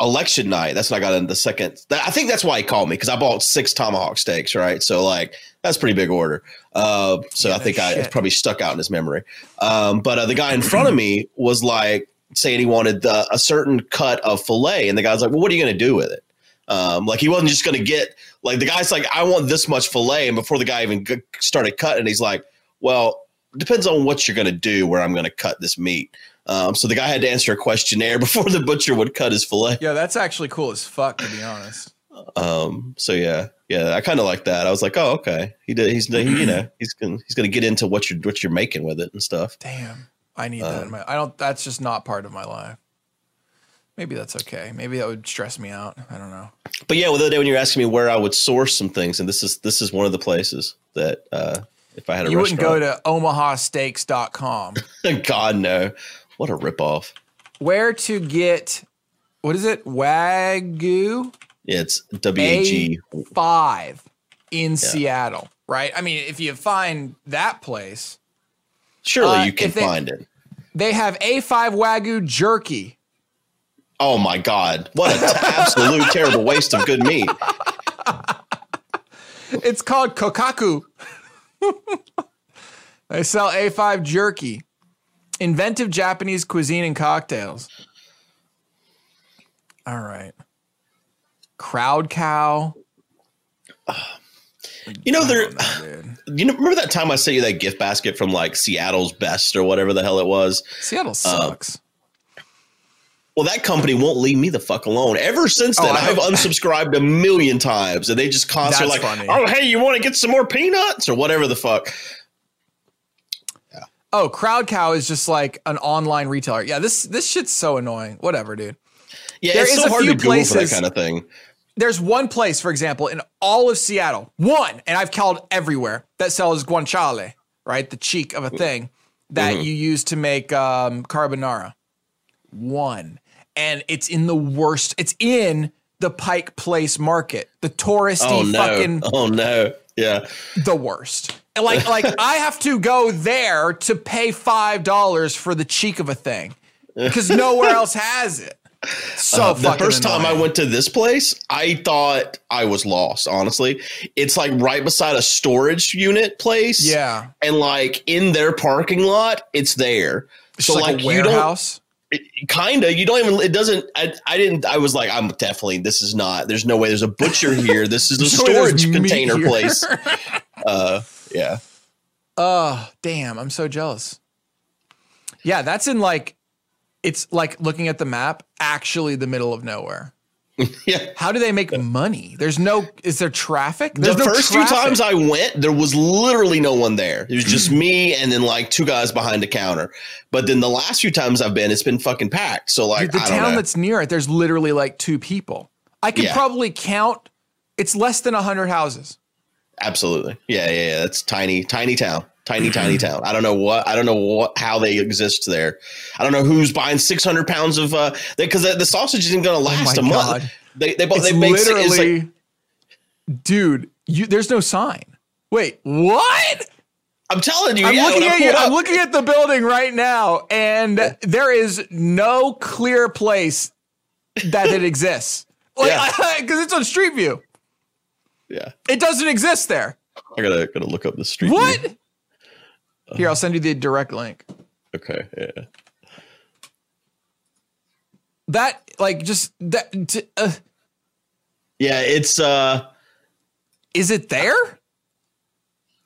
S2: election night. That's when I got in the second. That, I think that's why he called me because I bought six tomahawk steaks, right? So like that's pretty big order. Uh, so
S1: Yeah,
S2: I
S1: no
S2: think I it's
S1: shit.
S2: probably stuck out in his memory. Um, but uh, the guy in front of me was like saying he wanted uh, a certain cut of fillet, and the guy's like, "Well, what are you going to do with it?" Um, like he wasn't just going to get like the guy's like, "I want this much fillet," and before the guy even g- started cutting, he's like, "Well, depends on what you're going to do. Where I'm going to cut this meat." Um, so the guy had to answer a questionnaire before the butcher would cut his fillet.
S1: Yeah, that's actually cool as fuck, to be honest.
S2: Um, so yeah, yeah, I kind of like that. I was like, oh, okay, he did. He's he, you know he's gonna, he's going to get into what you're what you're making with it and stuff.
S1: Damn, I need
S2: Um,
S1: that. In my, I don't. That's just not part of my life. Maybe that's okay. Maybe that would stress me out. I don't know.
S2: But yeah, well, the other day when you were asking me where I would source some things, and this is this is one of the places that uh, if I had a
S1: You wouldn't go
S2: restaurant,
S1: to omahasteaks.com.
S2: God no, what a ripoff!
S1: Where to get what is it? Wagyu
S2: Yeah, it's W E. A G.
S1: A5 in Seattle, right? I mean, if you find that place,
S2: Surely
S1: uh,
S2: you can
S1: if they-
S2: find it.
S1: they have A5 Wagyu jerky.
S2: Oh my God, what an absolute terrible waste of good meat.
S1: It's called Kokaku. they sell A5 jerky, inventive Japanese cuisine and cocktails. All right. Crowd cow.
S2: You know there.
S1: Dude.
S2: You know, remember that time I sent you that gift basket from like Seattle's Best or whatever the hell it was?
S1: Seattle sucks.
S2: Well, that company won't leave me the fuck alone. Ever since then,
S1: Oh, I-
S2: I've unsubscribed a million times, and they just constantly
S1: That's funny.
S2: like, "Oh, hey, you want to get some more peanuts or whatever the fuck?"
S1: oh, Crowd Cow is just like an online retailer. Yeah, this this shit's so annoying. Whatever, dude.
S2: Yeah,
S1: There
S2: it's
S1: is
S2: so
S1: a
S2: hard
S1: few
S2: to Google for that
S1: places-
S2: kind of thing.
S1: There's one place, for example, in all of Seattle, one, and I've called everywhere that sells guanciale, right? The cheek
S2: Mm-hmm.
S1: of a thing that you use to make um, carbonara. One. And it's in the worst, it's in the Pike Place market, the touristy
S2: Oh no!
S1: fucking
S2: oh no! Yeah,
S1: the worst. And Like, like I have to go there to pay five dollars for the cheek of a thing because nowhere else has it. So
S2: Uh, the
S1: fucking
S2: first time I
S1: annoying.
S2: went to this place, I thought I was lost. Honestly, it's like right beside a storage unit place.
S1: yeah,
S2: and like in their parking lot, it's there.
S1: It's
S2: so
S1: like,
S2: like
S1: a
S2: you don't
S1: warehouse.
S2: kinda you don't even it doesn't I, I didn't i was like i'm definitely this is not there's no way there's a butcher here this is a
S1: No way there's
S2: storage
S1: meat
S2: container
S1: here.
S2: place uh yeah
S1: Oh, damn. I'm so jealous. Yeah, that's in like, it's like looking at the map, actually the middle of nowhere.
S2: yeah
S1: How do they make money? There's no, is there traffic? There's
S2: the
S1: no
S2: first few
S1: traffic.
S2: times i went there was literally no one there it was just me and then like two guys behind the counter but then the last few times i've been it's been fucking packed so
S1: Dude,
S2: like
S1: the
S2: i don't
S1: town
S2: know
S1: that's near it, there's literally like two people. I could
S2: Yeah.
S1: probably count, it's less than 100 houses.
S2: absolutely yeah yeah yeah that's tiny tiny town tiny tiny town i don't know what i don't know what how they exist there i don't know who's buying 600 pounds of uh because the, the sausage isn't gonna last a
S1: Oh my
S2: month
S1: God.
S2: they they, bought
S1: It's
S2: they made si- it's like-
S1: literally, dude, you, there's no sign. Wait, what?
S2: i'm telling you
S1: I'm
S2: yeah,
S1: looking
S2: when I
S1: at you.
S2: pulled
S1: I'm
S2: up-
S1: looking at the building right now, and there is no clear place that it exists. Like,
S2: Yeah.
S1: because it's on Street View.
S2: yeah
S1: It doesn't exist there.
S2: i gotta gotta look up the street
S1: What?
S2: view.
S1: Here, I'll send you the direct link.
S2: okay yeah
S1: That like just that t- uh,
S2: yeah it's uh
S1: is it there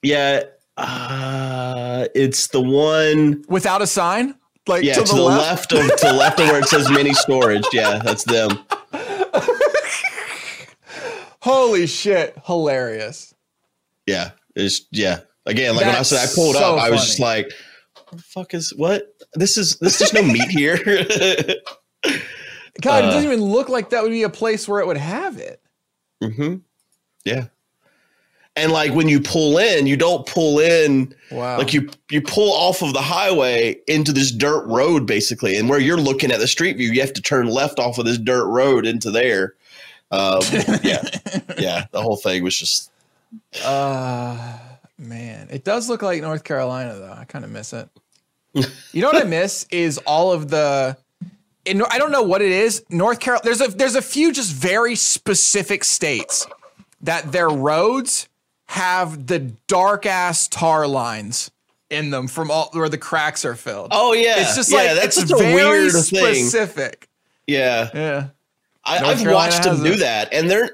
S2: yeah uh it's the one
S1: without a sign? Like
S2: yeah to, the, left. of to the left of where it says mini storage yeah that's them
S1: Holy shit! Hilarious.
S2: Yeah. It's yeah. Again, like when I
S1: That's
S2: said I pulled
S1: so
S2: up, I was just
S1: funny.
S2: like, what the fuck is what? This is this there's no meat here.
S1: God, it
S2: Uh,
S1: doesn't even look like that would be a place where it would have it.
S2: hmm Yeah. And like when you pull in, you don't pull in
S1: Wow.
S2: like you you pull off of the highway into this dirt road basically. And where you're looking at the street view, you have to turn left off of this dirt road into there. Um, yeah. Yeah. The whole thing was just
S1: Uh, man, it does look like North Carolina though. I kind of miss it. you know what I miss is all of the. In, I don't know what it is. North Carolina. There's a there's a few just very specific states that their roads have the dark ass tar lines in them from all where the cracks are filled.
S2: Oh yeah.
S1: it's just
S2: yeah,
S1: like
S2: that's
S1: it's
S2: such a
S1: very
S2: weird thing.
S1: specific.
S2: Yeah.
S1: Yeah.
S2: I,
S1: North
S2: I've
S1: Carolina
S2: watched them
S1: has
S2: do
S1: it.
S2: that, and they're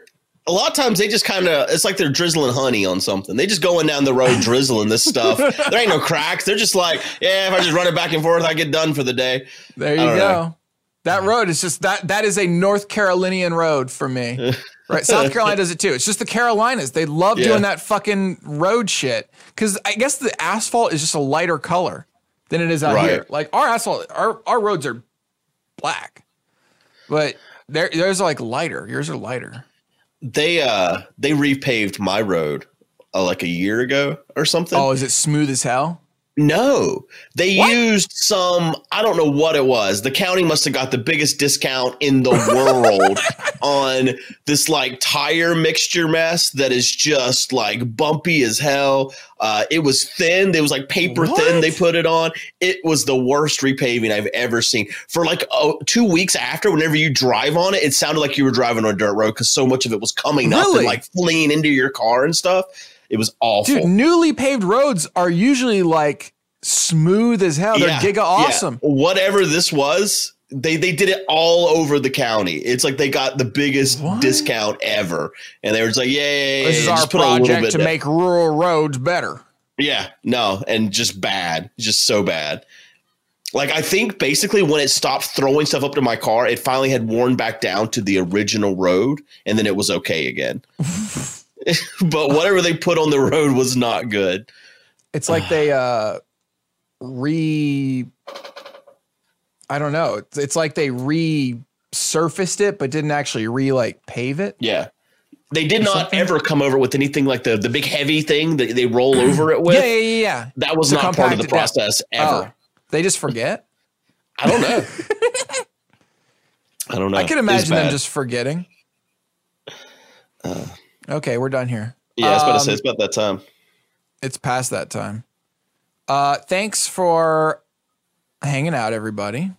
S2: a lot of times they just kind of it's like they're drizzling honey on something. They just going down the road drizzling this stuff. There ain't no cracks. They're just like, yeah, if I just run it back and forth, I get done for the day.
S1: There you
S2: I
S1: go.
S2: don't know.
S1: That road is just that that is a North Carolinian road for me. right. South Carolina does it too. It's just the Carolinas. They love
S2: Yeah.
S1: doing that fucking road shit. Cause I guess the asphalt is just a lighter color than it is out
S2: Right.
S1: here. Like our asphalt, our our roads are black. But there theirs are like lighter. Yours are lighter.
S2: They uh they repaved my road uh, like a year ago or something.
S1: Oh, is it smooth as hell?
S2: No, they
S1: What?
S2: used some, I don't know what it was. The county must have got the biggest discount in the world on this like tire mixture mess that is just like bumpy as hell. Uh, it was thin. It was like paper
S1: What?
S2: thin. They put it on. It was the worst repaving I've ever seen. For like oh, two weeks after, whenever you drive on it, it sounded like you were driving on a dirt road because so much of it was coming up
S1: Really?
S2: and like fleeing into your car and stuff. It was awful.
S1: Dude, newly paved roads are usually like smooth as hell. They're giga
S2: yeah.
S1: awesome.
S2: Whatever this was, they they did it all over the county. It's like they got the biggest
S1: What?
S2: discount ever, and they were just like, "Yeah, yeah, yeah,
S1: This
S2: yeah,
S1: is
S2: just
S1: our
S2: put a little
S1: project
S2: bit
S1: to
S2: down."
S1: make rural roads better.
S2: Yeah, no, and just bad, just so bad." Like I think basically when it stopped throwing stuff up to my car, it finally had worn back down to the original road, and then it was okay again. but whatever they put on the road was not good.
S1: It's like they uh re I don't know. It's, it's like they resurfaced it but didn't actually re like pave it.
S2: Yeah, They did not
S1: something?
S2: ever come over with anything like the the big heavy thing that they roll over it with.
S1: yeah, yeah, yeah, yeah.
S2: That was
S1: To
S2: not part of
S1: compact
S2: the
S1: it down.
S2: process ever.
S1: Oh, they just forget.
S2: I don't know. I don't know.
S1: I can
S2: It was
S1: imagine them
S2: bad. Uh.
S1: just forgetting. okay, we're done here.
S2: Yeah, I was about to say
S1: Um,
S2: it's about that time.
S1: It's past that time. Uh, thanks for hanging out, everybody.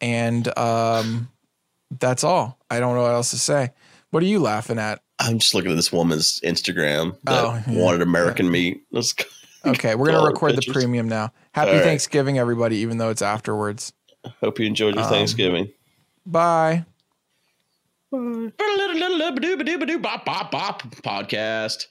S1: And um, that's all. I don't know what else to say. What are you laughing at?
S2: I'm just looking at this woman's Instagram that
S1: Oh, yeah.
S2: wanted American meat. Let's go.
S1: Okay, we're gonna
S2: Dollar
S1: record the
S2: pictures.
S1: premium now. Happy
S2: All right.
S1: Thanksgiving, everybody. Even though it's afterwards.
S2: Hope you enjoyed your
S1: Um,
S2: Thanksgiving.
S1: Bye.
S2: Podcast.